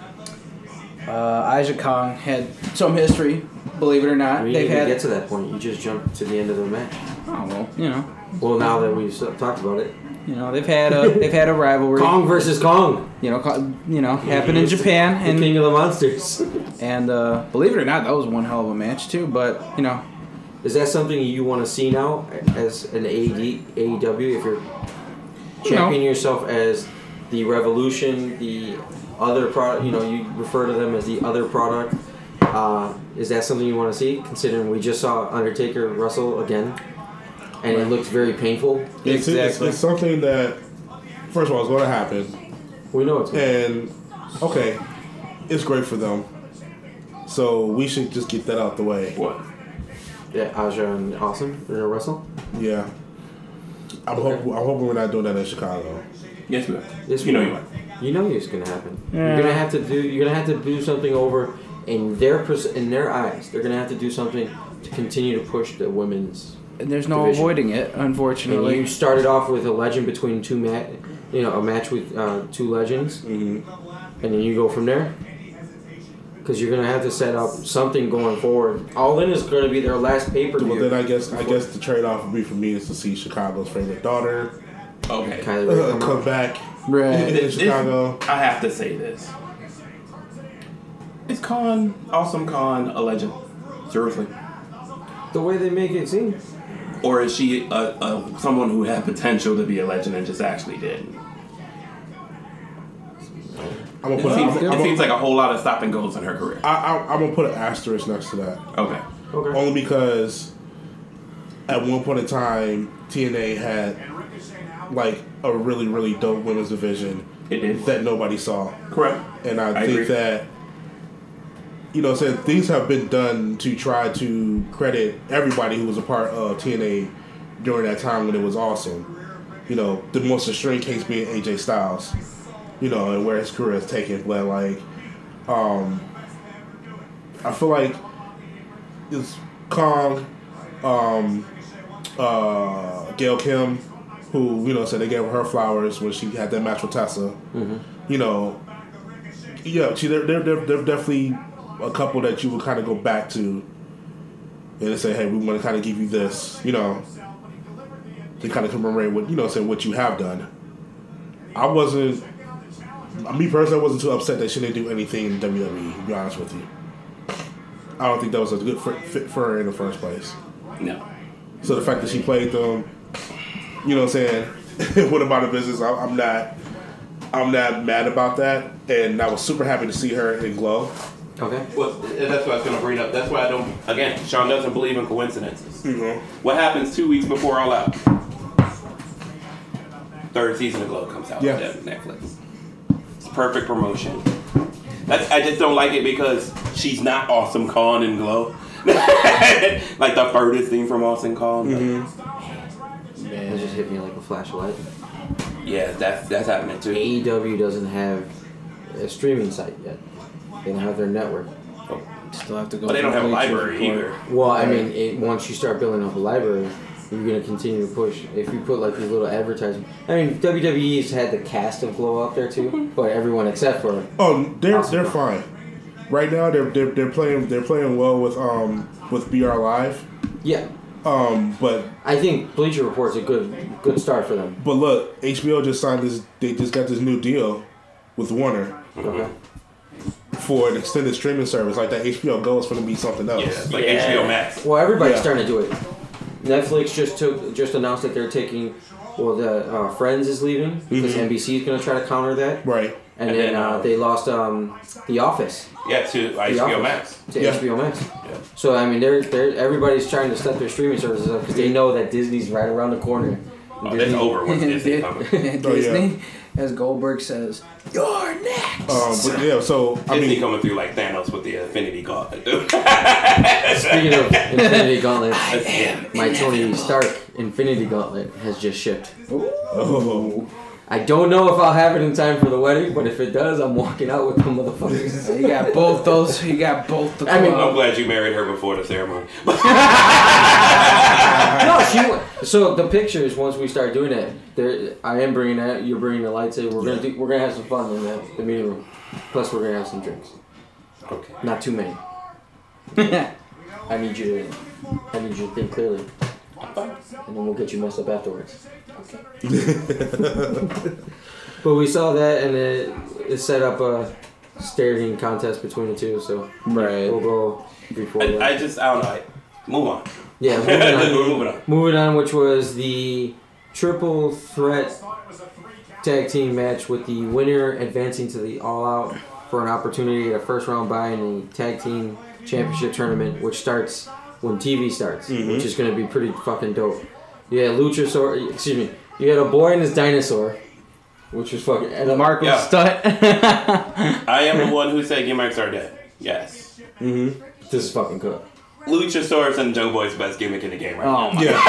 H: uh, Isaac Kong had some history. Believe it or not,
F: We
H: they've
F: didn't even
H: had.
F: get to that point. You just jumped to the end of the match.
H: oh well, you know,
F: Well, now that we've s- talked about it,
H: you know, they've had a they've had a rivalry.
F: Kong versus Kong,
H: You know, co- you know, happened in Japan,
F: the
H: and
F: King of the Monsters.
H: and uh, believe it or not, that was one hell of a match too. But you know,
F: Is that something you want to see now as an AD, AEW? E If you're championing yourself as the Revolution, the other product, you know, you refer to them as the other product. Uh, is that something you want to see? Considering we just saw Undertaker wrestle again, and it looked very painful.
G: It's, it's,
H: Exactly.
G: it's something that, first of all, is going to happen.
F: We know it's
G: And, okay, it's great for them. So we should just get that out the way.
I: what?
F: that Aja and Awesome are gonna wrestle.
G: Yeah. I'm, hope, I'm hoping we're not doing that in Chicago.
I: Yes, we are.
F: Yes,
I: you know
F: we
I: you
F: are.
I: are.
F: You know it's gonna happen. You're gonna have to do. You're gonna have to do something over in their pers- in their eyes. They're gonna have to do something to continue to push the women's.
H: there's no
F: Division.
H: avoiding it,
F: And
H: unfortunately.
F: you started off with a legend between two ma- you know, a match with uh, two legends,
I: Mm-hmm.
F: and then you go from there. Because you're gonna have to set up something going forward. All in is gonna be their last pay per
G: Well, then I
F: view.
G: guess I guess the trade off would be for me is to see Chicago's favorite daughter
I: Okay.
F: Kylie Ray
G: uh,
F: come
G: come
F: out.
G: back
H: Right.
G: in,
I: This-
G: Chicago.
I: I have to say this. It's Khan, awesome Khan, a legend. Seriously.
F: The way they make it seem.
I: Or is she a, a, someone who had potential to be a legend and just actually didn't?
G: I'm gonna
I: It
G: put a,
I: seems,
G: I'm,
I: it
G: I'm,
I: seems like a whole lot of stop and goes in her career.
G: I, I, I'm gonna put an asterisk next to that.
I: Okay.
F: Okay.
G: Only because at one point in time, TNA had like a really, really dope women's division
I: It did.
G: that nobody saw.
I: Correct.
G: And I,
I: I
G: think
I: agree.
G: that, you know, said things have been done to try to credit everybody who was a part of TNA during that time when it was awesome. You know, the most extreme case being AJ Styles, you know, and where his career has taken. But like, um, I feel like it's Kong, um, uh, Gail Kim, who you know said they gave her her flowers when she had that match with Tessa.
I: Mm-hmm.
G: You know, yeah, see, they're, they're, they're, they're definitely a couple that you would kind of go back to and say, hey, we want to kind of give you this, you know, to kind of commemorate what, you know, say what you have done. I wasn't, me personally, I wasn't too upset that she didn't do anything in WWE, to be honest with you. I don't think that was a good fit fit for her in the first place.
I: No.
G: So the fact that she played them, you know what I'm saying? what about a business? I, I'm not, I'm not mad about that, and I was super happy to see her in Glow.
I: Oh.
F: Okay.
I: Well, that's what I was going to bring up. That's why I don't. Again, Sean doesn't believe in coincidences.
G: You know,
I: What happens two weeks before All Out? Third season of Glow comes out
G: Yeah.
I: on Netflix. It's perfect promotion. That's, I just don't like it because she's not Awesome Khan in Glow. like the furthest thing from Awesome Khan.
F: It just hit me like a flash of light.
I: Yeah, that's that's happening too.
F: AEW E doesn't have a streaming site yet. They don't have their network.
H: Still have to go.
I: But they don't have a
H: through each
I: library
H: report.
I: either.
F: Well, I mean, it, once you start building up a library, you're gonna continue to push. If you put like these little advertisements, I mean, WWE's had the cast of Glow up there too, but everyone except for
G: oh, they're they're fine.
F: Awesome.
G: Right now, they're, they're they're playing they're playing well with um with BR Live.
F: yeah,
G: Um, but
F: I think Bleacher Report's a good good start for them.
G: but look, HBO just signed this. They just got this new deal with Warner
I: Mm-hmm.
F: Okay.
G: for an extended streaming service. Like that HBO Go is going to be something else.
I: Yeah, it's like
F: Yeah.
I: HBO Max.
F: Well, everybody's
G: Yeah.
F: starting to do it. Netflix just took just announced that they're taking Well, the uh, Friends is leaving
I: Mm-hmm.
F: because NBC is going to try to counter that.
G: Right.
F: And,
I: And
F: then,
I: then,
F: uh,
I: uh,
F: they lost um, The Office.
I: Yeah, to
F: The
I: HBO
F: Office
I: Max.
F: To
G: Yeah.
F: HBO Max.
I: Yeah.
F: So I mean, they're, they're everybody's trying to step their streaming services up because they know that Disney's right around the corner.
I: Oh, that's over with Disney coming.
H: Disney,
G: Oh, yeah.
H: as Goldberg says, you're next.
G: Um, but yeah, so I
I: Disney
G: mean,
I: coming through like Thanos with the Infinity Gauntlet.
F: Speaking of Infinity Gauntlet,
I: Damn.
F: my Tony Stark Infinity Gauntlet has just shipped.
G: oh,
F: I don't know if I'll have it in time for the wedding, but if it does, I'm walking out with the motherfuckers.
H: You got both those. You got both. The
F: I mean,
I: I'm glad you married her before the ceremony.
F: no, she. wa- So the pictures. Once we start doing that, there, I am bringing that. You're bringing the lightsaber. We're gonna do. We're gonna have some fun in the, the meeting room. Plus, we're gonna have some drinks.
I: okay.
F: Not too many. I need you to. I need you to think clearly. And then we'll get you messed up afterwards. but we saw that, and it, it set up a staring contest between the two. So we'll
H: right.
F: go before.
I: I,
F: that.
I: I just I don't know. I- Move on.
F: yeah, moving on.
I: We're moving on.
F: Moving on, which was the triple threat tag team match with the winner advancing to the All Out for an opportunity at a first round bye in the tag team championship tournament, which starts when TV starts,
I: Mm-hmm.
F: which is going to be pretty fucking dope. You had Luchasaur, excuse me, you had a boy and his dinosaur, which was fucking and a Marco
I: Yeah.
F: stunt.
I: I am the one who said gimmicks are dead. Yes.
F: this is fucking good.
I: Luchasaurus and Doughboy's best gimmick in the game right now.
F: Oh my
G: yeah,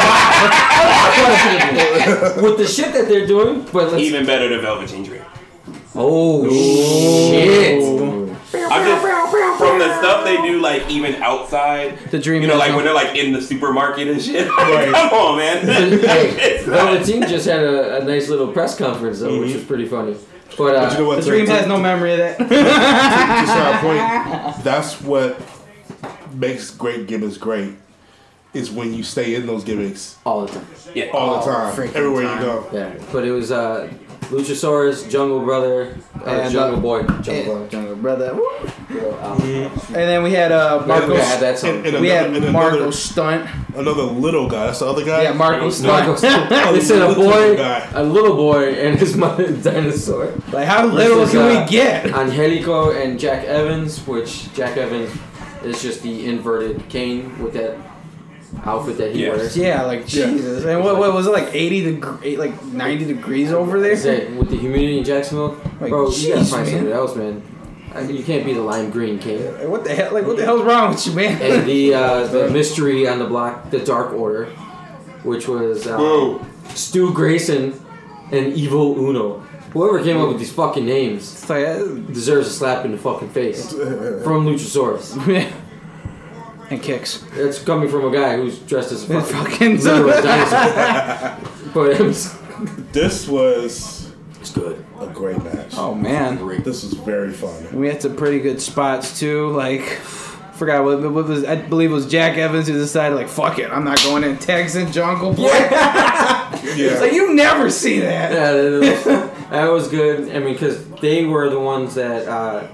F: With the shit that they're doing, but let's
I: Even better than Velveteen Dream.
F: oh shit.
I: I'm just from the stuff they do, like even outside
H: The dream
I: You know,
H: is
I: like
H: on-
I: when they're like in the supermarket and shit.
G: Right.
I: Come on, man.
F: hey,
I: It's not-
F: Velveteen just had a, a nice little press conference though, which was pretty funny. But, uh,
G: but you know what?
H: The
G: to-
H: dream
G: to-
H: has no memory of that.
G: to Sarah's point, that's what makes great gimmicks great. Is when you stay in those gimmicks
F: all the time.
I: yeah.
G: all
H: All
G: the time,
H: freaking
G: everywhere
H: time.
G: you go.
F: Yeah, but it was uh, Luchasaurus, Jungle Brother, uh,
H: And, uh,
F: Jungle Boy, Jungle Boy.
H: Jungle brother. Woo.
F: Um,
H: And then we had uh,
F: Marco
H: Marco.
F: had that song.
G: And- and
H: we
G: another- and
H: had
G: another-
H: Marco stunt.
G: Another little guy. That's the other guy.
H: Yeah, Marco
I: Marco's
F: Marco,
H: stunt.
F: they said a boy,
G: guy.
F: a little boy, and his mother's dinosaur.
H: Like how little
F: This is,
H: can
F: uh,
H: we get?
F: Angelico and Jack Evans, which Jack Evans is just the inverted Kane with that outfit that he
I: Yes.
F: wears.
H: Yeah, like Jesus. And what, what was it like? Eighty degrees, like ninety degrees over there.
F: Say, with the humidity in Jacksonville,
H: Like,
F: bro, you gotta
H: jeez,
F: find
H: man.
F: something else, man. I mean, you can't be the lime green king.
H: Like, what the hell? Like what the hell's wrong with you, man?
F: And the uh, the mystery on the block, the Dark Order, which was uh, Stu Grayson and Evil Uno. Whoever came up with these fucking names
H: It's like, uh,
F: deserves a slap in the fucking face from Luchasaurus.
H: and kicks.
F: That's coming from a guy who's dressed as a
H: And
F: fucking
H: fucking
F: literal dinosaur. but it was,
G: This was
F: it's good.
G: a great match.
H: oh man,
G: This was very fun.
H: we had some pretty good spots too. Like, forgot what, what was. I believe it was Jack Evans who decided like, fuck it, I'm not going in Texan Jungle Boy.
G: Yeah.
H: It's like you never see that.
F: Yeah, that was, that was good. I mean, because they were the ones that uh,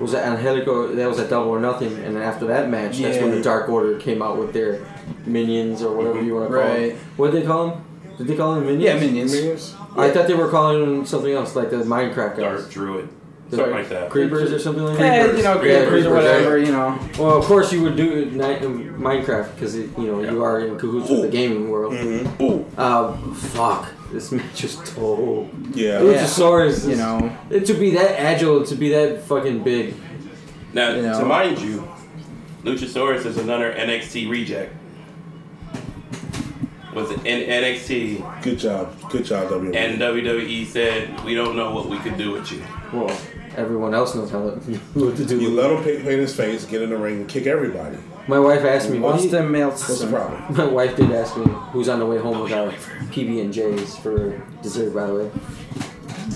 F: was at Angelico. That was at Double or Nothing, and then after that match, that's when the
H: Yeah.
F: Dark Order came out with their minions or whatever you want to call
H: Right.
F: them. What did they call them? Did they call them minions?
H: Yeah, minions.
F: I thought they were calling them something else, like the Minecraft guys,
I: Dark Druid.
F: The
I: Something like that.
F: creepers or something like
H: Eh,
F: that.
H: you know,
F: Yeah,
H: creepers or whatever. You know,
F: Well, of course you would do it in Ni- in Minecraft because you know you are in cahoots with the gaming world.
I: Mm-hmm.
F: Uh, fuck, this match is dope.
G: Yeah.
H: Yeah.
F: Luchasaurus,
H: You
F: is-
H: know.
F: it to be that agile, to be that fucking big.
I: Now,
H: You know.
I: to mind you, Luchasaurus is another NXT reject. Was in NXT
G: Good job. Good job, WWE.
I: and WWE said we don't know what we could do with you.
F: Well, everyone else knows how to, what to do.
G: you
F: with
G: let him paint, paint his face, get in the ring, and kick everybody.
F: it. My wife asked me. What's
H: Austin
G: What's the
H: Meltzer.
G: problem?
F: My wife did ask me who's on the way home with our PB and J's for dessert, by the way.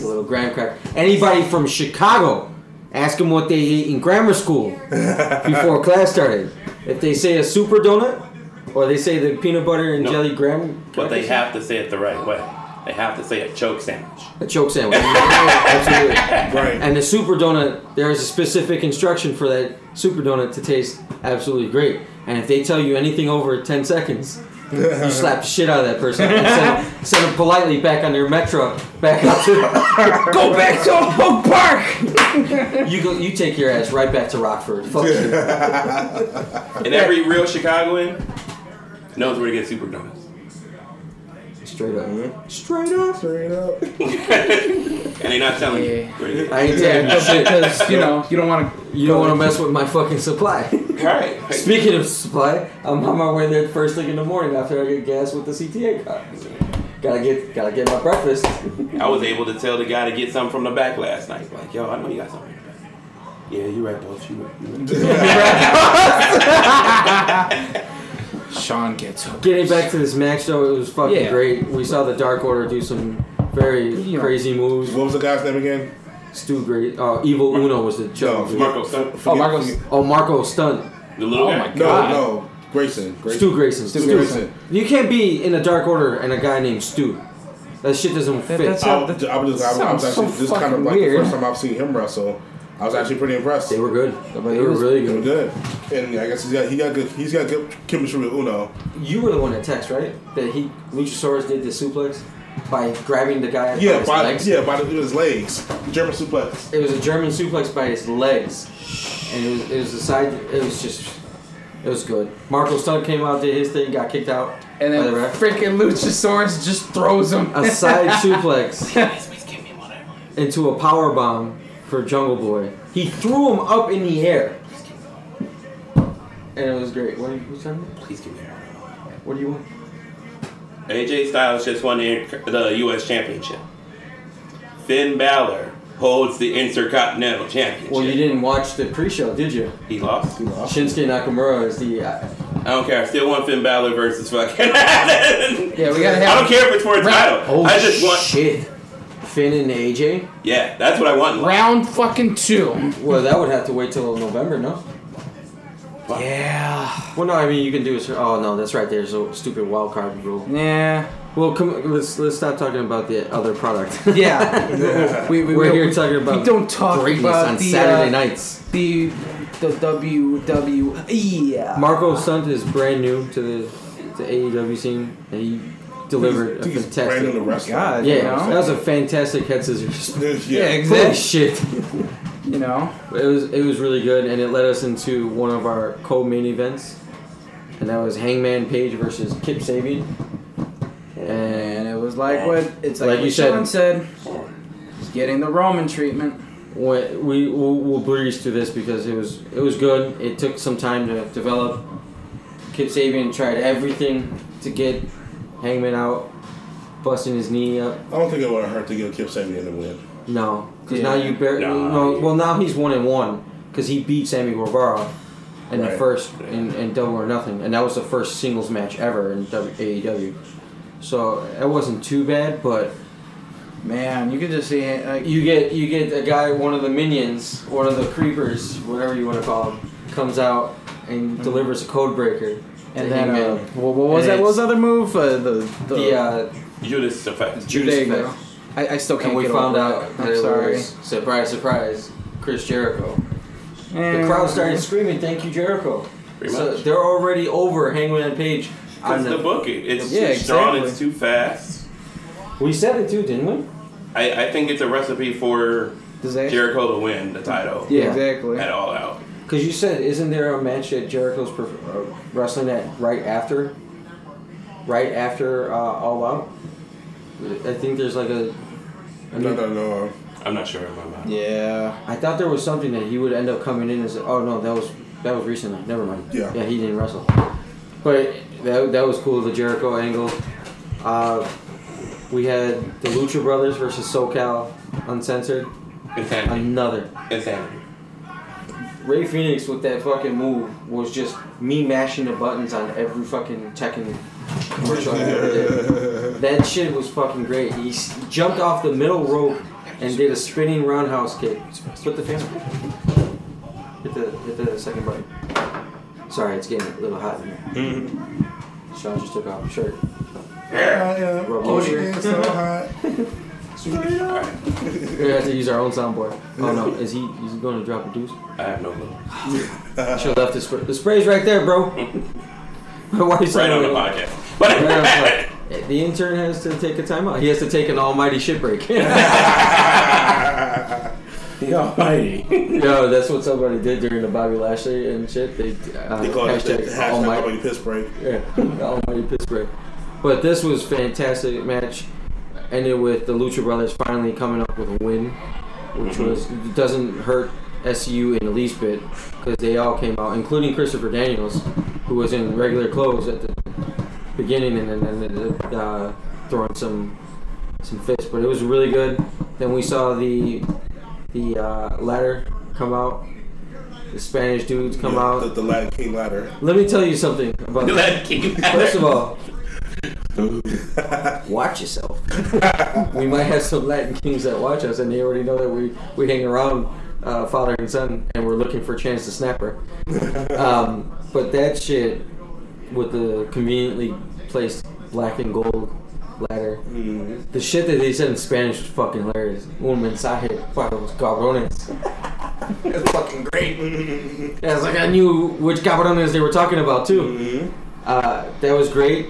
F: A little graham cracker. Anybody from Chicago, ask them what they ate in grammar school before class started. If they say a super donut, or they say the peanut butter and
I: No.
F: jelly graham,
I: But they
F: crackers,
I: have to say it the right way. They have to say a choke sandwich.
F: a choke sandwich. Absolutely.
G: Right.
F: And the super donut, there is a specific instruction for that super donut to taste absolutely great. And if they tell you anything over 10 seconds, You slap the shit out of that person and send, send them politely back on their metro, back up to go back to Oak Park. you go, you take your ass right back to Rockford. Fuck you.
I: And every real Chicagoan knows where to get super donuts.
F: Straight up. Straight up.
G: Straight up.
I: And they're not telling you
H: Yeah.
I: where to get
F: I ain't taking
H: Yeah,
F: no shit.
H: because you know you don't want to.
F: You don't want to mess with my fucking supply.
I: it. Alright.
F: Speaking of supply, I'm on my way there first thing in the morning after I get gas with the CTA card. Gotta get, gotta get my breakfast.
I: I was able to tell the guy to get something from the back last night. Like, yo, I know you got something. in the back. Yeah, you right, boss. You right. You right.
H: Sean gets hooked.
F: Getting back to this Max show, it was fucking
H: Yeah.
F: great. We saw the Dark Order do some very
H: Yeah.
F: crazy moves.
G: What was the guy's name again?
F: Stu great. Uh, Evil Uno was the joke.
G: No,
I: Marco, son.
H: Oh, Marcos.
F: Oh, Marco Stunt.
I: The little guy.
G: No,
H: God.
G: no. Grayson. Grayson.
F: Stu Grayson. Stu,
G: Grayson.
F: You can't be in the Dark Order and a guy named Stu. That shit doesn't fit.
H: that's-
G: I, was- I was, I was, I was
H: Sounds so
G: actually just kind of
H: fucking
G: like
H: weird.
G: the first time I've seen him wrestle. I was actually pretty impressed.
F: they were good. They
H: It
F: were
H: was-
F: really
G: They were
F: good.
G: good, and I guess he's got he got good he's got good chemistry with Uno.
F: You were the one that text, right? That he Luchasaurus did the suplex by grabbing the guy by
G: Yeah,
F: Oh, his
G: by
F: legs.
G: yeah by the, his legs, German suplex.
F: It was a German suplex by his legs, and it was it was a side. It was just it was good. Marco Stunt came out, did his thing, got kicked out,
H: And
F: by
H: then
F: the ref.
H: freaking Luchasaurus just throws him.
F: a side suplex into a power bomb for Jungle Boy. He threw him up in the air, and it was great. What are you, what's that?
I: Please give me that.
F: What do you want?
I: AJ Styles just won the, the U.S. Championship. Finn Balor holds the Intercontinental Championship.
F: Well, you didn't watch the pre-show, did you?
I: He lost.
F: Shinsuke Nakamura is the uh,
I: I don't care. I still want Finn Balor versus fucking. yeah,
H: we gotta have-
I: I don't care if it's for a title.
F: Oh
I: I just want.
F: shit. Finn and AJ?
I: Yeah, that's what I want. in life.
H: Round fucking two.
F: Well, that would have to wait till November, no?
H: Yeah.
F: Well, no, I mean you can do it. Oh no, that's right. There's a stupid wild card rule.
H: Yeah.
F: Well, come let's let's stop talking about the other product.
H: Yeah. we, we,
F: We're
H: we-
F: here talking about
H: we don't talk
F: greatness
H: about
F: on
H: the,
F: Saturday
H: uh,
F: nights.
H: the the E. WWE. Yeah.
F: Marco Stunt is brand new to the to AEW scene. and He delivered a
G: I think he's brand new to
F: fantastic.
G: wrestling.
H: God.
F: Yeah,
H: you know?
F: that was a fantastic head scissors.
G: Yeah,
H: yeah,
F: Holy
H: exactly.
F: shit.
H: You know,
F: It was it was really good, and it led us into one of our co-main events, and that was Hangman Page versus Kip Sabian.
H: and
F: And
H: it was like what it's like,
F: Like
H: what
F: you said.
H: Sean said. He's getting the Roman treatment.
F: when we we'll, we'll breeze through this because it was it was good. It took some time to develop. Kip Sabian tried everything to get Hangman out, busting his knee up.
G: I don't think it would have hurt to give Kip Sabian the win.
F: No, because
H: Yeah.
F: now you barely
I: Nah.
F: no. Well, now he's one and one because he beat Sammy Guevara in the
G: Right.
F: first in, in Double or Nothing, and that was the first singles match ever in w- AEW. So it wasn't too bad, but
H: Man, you could just see it. Like,
F: you get you get a guy, one of the minions, one of the creepers, whatever you want to call him, comes out and delivers a code breaker. to
H: Mm-hmm. and then uh,
F: Hangman.
H: what, what was
F: And
H: that? What
F: it's-
H: was the other move? Uh, the the,
F: the uh,
I: Judas effect.
F: Judas
H: there you
F: effect.
H: go. I, I still can't
F: And we
H: get
F: found
H: over
F: out
H: it.
F: that
H: I'm
F: it
H: sorry.
F: was surprise, surprise, Chris Jericho. The crowd started screaming, "Thank you, Jericho!"
I: Pretty
F: So
I: much.
F: they're already over Hangman Page.
I: It's
F: on
I: the booking. It's
H: Yeah,
I: too strong.
H: exactly.
I: It's too fast.
F: We said it too, didn't we?
I: I, I think it's a recipe for
H: Disaster.
I: Jericho to win the title
H: Yeah,
F: Yeah.
H: exactly.
I: at all out.
F: Because you said, isn't there a match that Jericho's per- uh, wrestling at right after? Right after uh, All Out. I think there's like a. I,
G: No,
F: mean,
G: no, no.
I: I'm not sure about that.
H: Yeah.
F: I thought there was something that he would end up coming in as. Oh no, that was that was recently. Never mind.
G: Yeah.
F: Yeah, he didn't wrestle. But that, that was cool. The Jericho angle. Uh, we had the Lucha Brothers versus SoCal Uncensored.
I: Insanity.
F: Another.
I: Insanity.
F: Ray Phoenix with that fucking move was just me mashing the buttons on every fucking Tekken commercial I ever did. That shit was fucking great. He s- jumped off the middle rope and did a spinning roundhouse kick. Put the fan. Hit the hit the second button. Sorry, it's getting a little hot in here.
I: Mm-hmm.
F: Sean just took off his shirt.
H: uh,
F: Rubbed
G: Oh,
F: his
G: she
F: shirt.
G: is so hot.
F: We have to use our own soundboard. Oh no, is he? Is he going to drop a deuce?
I: I have no clue.
F: Should have left the spray. The spray's right there, bro. Why are you
I: Right on the
F: box.
I: podcast. But
F: And I was like, the intern has to take a timeout. He has to take an almighty shit break.
C: The Almighty.
F: Yo, that's what somebody did during the Bobby Lashley and shit. They, uh,
G: They call it the,
F: hashtag
G: the hashtag
F: almighty-
G: Almighty Piss Break.
F: Yeah, the Almighty piss break. But this was fantastic match. Ended with the Lucha Brothers finally coming up with a win, which was doesn't hurt SU in the least bit because they all came out, including Christopher Daniels, who was in regular clothes at the beginning and then and then, uh, throwing some some fists. But it was really good. Then we saw the the uh, ladder come out. The Spanish dudes come
G: Yeah,
F: out.
G: The, the Latin King ladder.
F: Let me tell you something about that. First of all, watch yourself. we might have some Latin kings that watch us, and they already know that we, we hang around uh, father and son, and we're looking for a chance to snap her. Um, but that shit with the conveniently placed black and gold ladder, the shit that they said in Spanish was fucking hilarious. Un mensaje para los cabrones. That's fucking great. Yeah, it's like I knew which cabrones they were talking about too. Uh, that was great.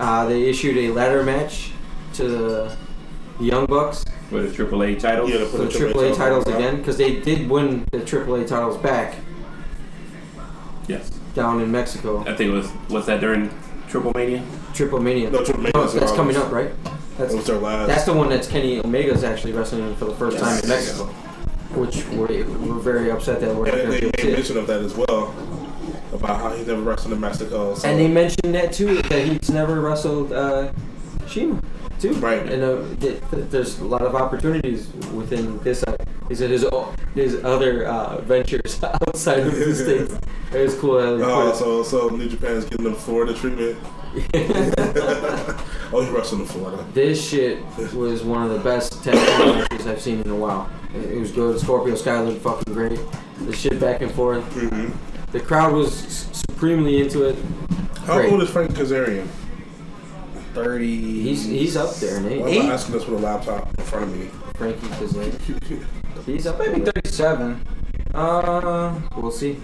F: Uh, they issued a ladder match to the Young Bucks
C: With a Triple A title.
G: Yeah, to
F: for the
G: put the
F: AAA titles
G: on.
F: again because they did win the AAA titles back
C: Yes.
F: down in Mexico.
C: I think it was was that during Triple Mania?
F: Triple Mania.
G: No, Triple Mania's
F: Oh,
G: in
F: that's
G: August.
F: coming up, right? That's,
G: That was their last.
F: that's the one that's Kenny Omega's actually wrestling in for the first time in Mexico, which we're, we're very upset that we're not
G: And they
F: going to
G: made
F: be able to see.
G: mention of that as well about how he never wrestled in Mexico. So.
F: And they mentioned that too that he's never wrestled uh, Shima too.
G: Right.
F: And uh, th- th- there's a lot of opportunities within this. Side. He said his o- his other uh, ventures outside of the states. It was cool. How they put
G: Oh,
F: it.
G: so so New Japan's giving them Florida treatment. oh, he wrestled in Florida.
F: This shit was one of the best tag team matches I've seen in a while. It it was good. Scorpio Sky looked fucking great. The shit back and forth.
G: Mm-hmm.
F: The crowd was s- supremely into it.
G: How
F: Great.
G: old is Frank Kazarian?
H: Thirty.
F: He's he's up there,
G: Why
F: Nate.
G: am I asking this with a laptop in front of me?
F: Frankie Kazarian. He's up
H: Maybe
F: maybe there.
H: thirty-seven.
F: Uh, we'll see.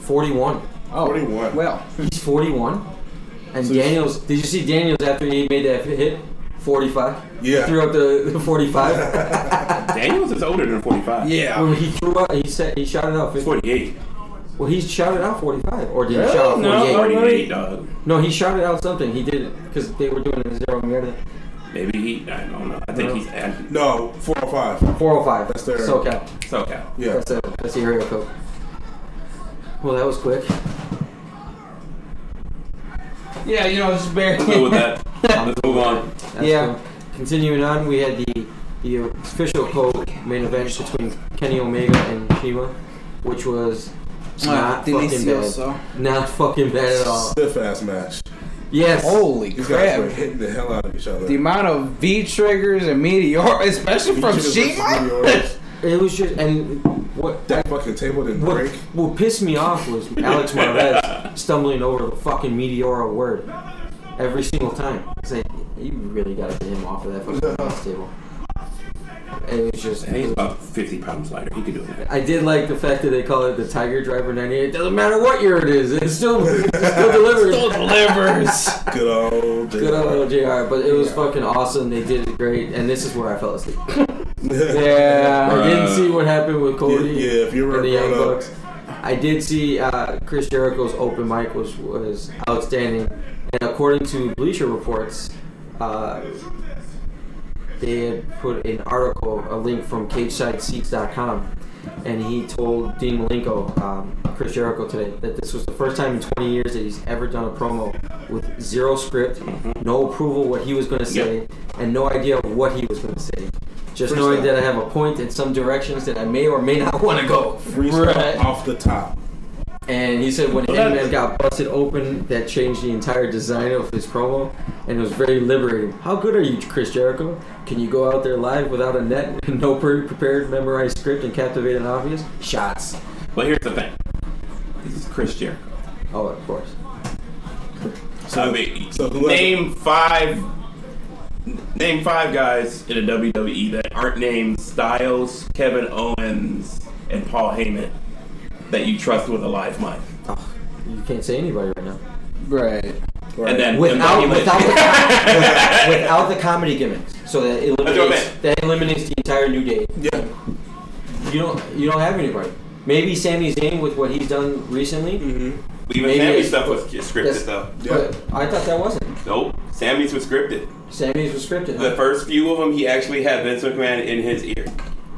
F: Forty-one.
H: Oh,
G: 41.
H: Well,
F: He's forty-one. And Daniels, did you see Daniels after he made that hit? Forty-five.
G: Yeah.
F: Threw up the, the forty-five.
C: Daniels is older than 45.
H: yeah.
F: when he threw out, he said he shouted out. 50.
C: 48.
F: Well, he shouted out 45, or did he shout out 48? No,
C: 48, dog.
F: he shouted out something. He did it because they were doing it zero mierda.
C: Maybe he, I don't know. I think he's at
G: No, four or five.
F: 405. That's
G: their-
F: oh SoCal.
C: SoCal.
G: Yeah.
F: That's a that's the area code. Well, that was quick.
H: Yeah, you know, just barely.
I: Let's go with that. Let's move on.
F: That's
H: Yeah.
F: cool. Continuing on, we had the the official co main event between Kenny Omega and Shima, which was not fucking
H: delicioso.
F: bad. Not fucking bad at all.
G: Stiff ass match.
F: Yes.
H: Holy
G: These guys were
H: crap.
G: hitting the hell out of each other.
H: The amount of V triggers and meteor, especially from
G: Each of the versus
H: Shima.
G: Meteors.
F: It was just and what
G: That fucking table didn't
F: What,
G: break.
F: what pissed me off was Alex Marvez stumbling over the fucking meteora word every single time. It's like, you really gotta get him off of that fucking bounce table. It was just.
C: And he's about 50 pounds lighter. He could do it.
F: I did like the fact that they call it the Tiger Driver 98. It doesn't matter what year it is, it's still, it's still delivered.
H: Delivers.
G: Good old.
F: Good old little JR, but it was fucking awesome. They did it great, and this is where I fell asleep.
H: Yeah.
F: I didn't
C: Bruh.
F: see what happened with Cody.
G: Yeah, yeah, if you uh, were
F: and the
G: a
F: Young
G: grown up.
F: Bucks. I did see uh, Chris Jericho's open mic was was outstanding, and according to Bleacher Reports, uh, they had put an article, a link from CageSideSeats.com, and he told Dean Malenko, um, Chris Jericho today, that this was the first time in 20 years that he's ever done a promo with zero script, no approval what he was going to say, and no idea of what he was going to say. Just knowing
G: Freestyle.
F: that I have a point in some directions that I may or may not want to go.
G: Freestyle
F: Right.
G: off the top.
F: And he said when
C: that-
F: Hangman got busted open, that changed the entire design of his promo, and it was very liberating. How good are you, Chris Jericho? Can you go out there live without a net, no pre-prepared, memorized script, and captivate an audience? Shots.
C: But here's the thing. This is Chris Jericho.
F: Oh, of course.
C: I mean,
G: so whoever-
C: name five. Name five guys in the WWE that aren't named Styles, Kevin Owens, and Paul Heyman that you trust with a live mic.
F: Oh, you can't say anybody right now.
H: Right.
G: Right.
I: and then
F: Without
I: and then he
F: without
I: went-
F: the, without, without the comedy gimmicks, so that
I: That's what I
F: eliminates
I: meant.
F: that eliminates the entire new day.
G: Yeah.
F: You don't you don't have anybody. Maybe Sami Zayn with what he's done recently.
I: even
F: maybe
I: Sammy's
F: it's-
I: stuff was scripted
F: That's-
I: though.
F: But I thought that wasn't.
I: Nope, Sammy's was scripted.
F: Sammy's was scripted.
I: The first few of them, he actually had Vince McMahon in his ear.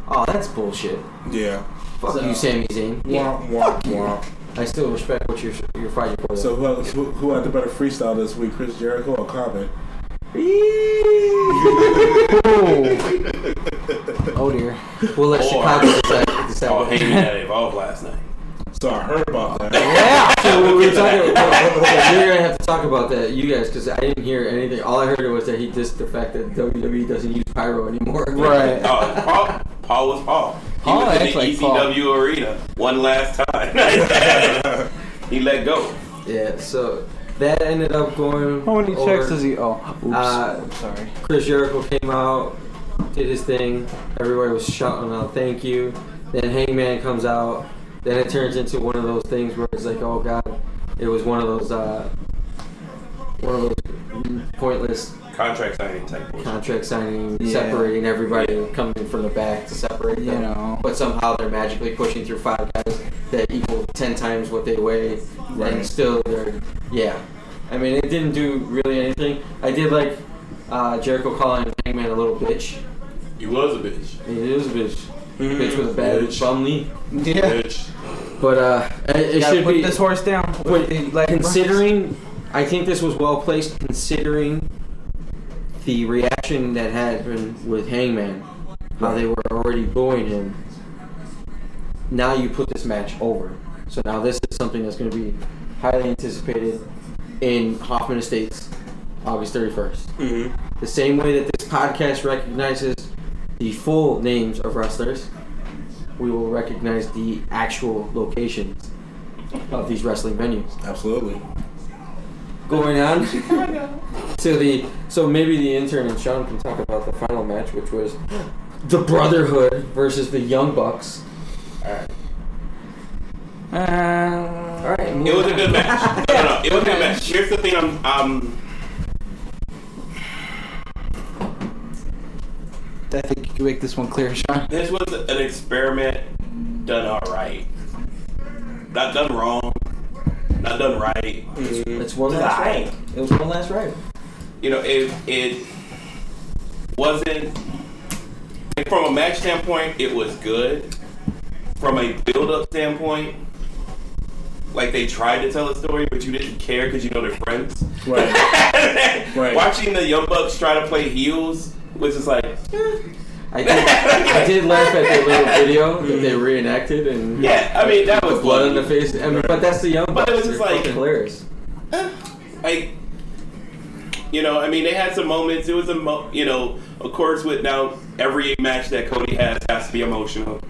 F: Oh, that's bullshit.
G: Yeah.
F: Fuck you, Sami Zayn.
G: Womp, womp, womp.
F: I still respect what you're you're fighting for.
G: So who, who, who had the better freestyle this week, Chris Jericho or Common?
F: oh dear. We'll let
I: Or-
F: Chicago decide. decide.
I: Oh, Heyman had evolved last night.
G: So I heard about that.
F: Yeah. So we we're talking. we're- we're- We're gonna have to talk about that, you guys, because I didn't hear anything. All I heard was that he dissed the fact that WWE doesn't use pyro anymore.
I: Oh, Paul, Paul was Paul. He
J: Paul
I: was in
J: acts
I: the
J: like Paul.
I: ECW arena one last time. he let go.
F: Yeah. So that ended up going.
J: How many checks
F: over.
J: does he owe? Oops.
F: Uh,
J: I'm sorry.
F: Chris Jericho came out, did his thing. Everybody was shouting out "Thank you." Then Hangman comes out. Then it turns into one of those things where it's like, "Oh God!" It was one of those, uh, one of those pointless
I: Contract signing type bullshit.
F: contract signing,
J: Yeah.
F: separating everybody, coming from the back to separate them.
J: You know.
F: But somehow they're magically pushing through five guys that equal ten times what they weigh, and still they're yeah. I mean, it didn't do really anything. I did like uh, Jericho calling Hangman a little bitch.
I: He was a bitch.
F: It is a bitch. Bitch with a bad
I: bitch.
F: bum knee.
H: Yeah.
I: Bitch.
F: Mm-hmm. But uh, it, it
H: Gotta
F: should
H: put
F: be
H: this horse down.
F: Wait,
H: The leg
F: considering I think this was well placed considering the reaction that happened with Hangman, how they were already booing him. Now you put this match over. So now this is something that's going to be highly anticipated in Hoffman Estates, August 31st. The same way that this podcast recognizes the full names of wrestlers, we will recognize the actual locations of these wrestling venues
G: Absolutely.
F: going on to the so maybe the intern and Sean can talk about the final match, which was the Brotherhood versus the Young Bucks.
J: Uh,
F: All right,
I: It was a good match. No, no, no, it was a good match. Here's the thing. I'm. Um,
J: I think you can make this one clear, Sean.
I: this was an experiment done all right. Not done wrong. Not done right.
F: it's one last ride. It was one last ride.
I: you know, it it wasn't like, from a match standpoint, it was good. From a build-up standpoint, like they tried to tell a story, but you didn't care because you know they're friends.
G: Right. Right.
I: Watching the Young Bucks try to play heels was just like,
F: I did, I did laugh at their little video that they reenacted and
I: yeah, I mean that was
F: blood in the
I: funny.
F: face. I mean, but that's the Young Bucks.
I: But it was just
F: They're
I: like-
F: fucking hilarious.
I: like you know i mean they had some moments it was a mo- you know of course with now every match that cody has has to be emotional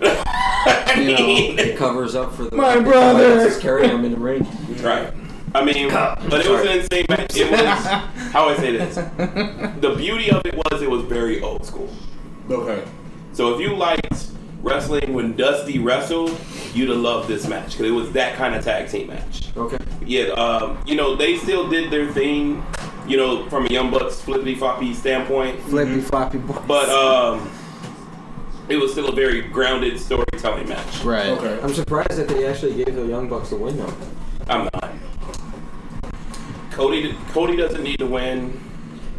I: I
F: You know,
I: mean,
F: it covers up for the
G: My brother!
F: Just carrying him in the ring.
I: right i mean but it was an insane match it was how i say this the beauty of it was it was very old school
G: Okay.
I: so if you liked wrestling when dusty wrestled you'd have loved this match because it was that kind of tag team match
F: Okay.
I: yeah, um, you know, they still did their thing, you know, from a Young Bucks flippity floppy standpoint.
H: Flippy floppy boy.
I: But um, it was still a very grounded storytelling match.
J: Right.
G: Okay.
F: I'm surprised that they actually gave the Young Bucks the win though.
I: I'm not. Cody, Cody doesn't need to win,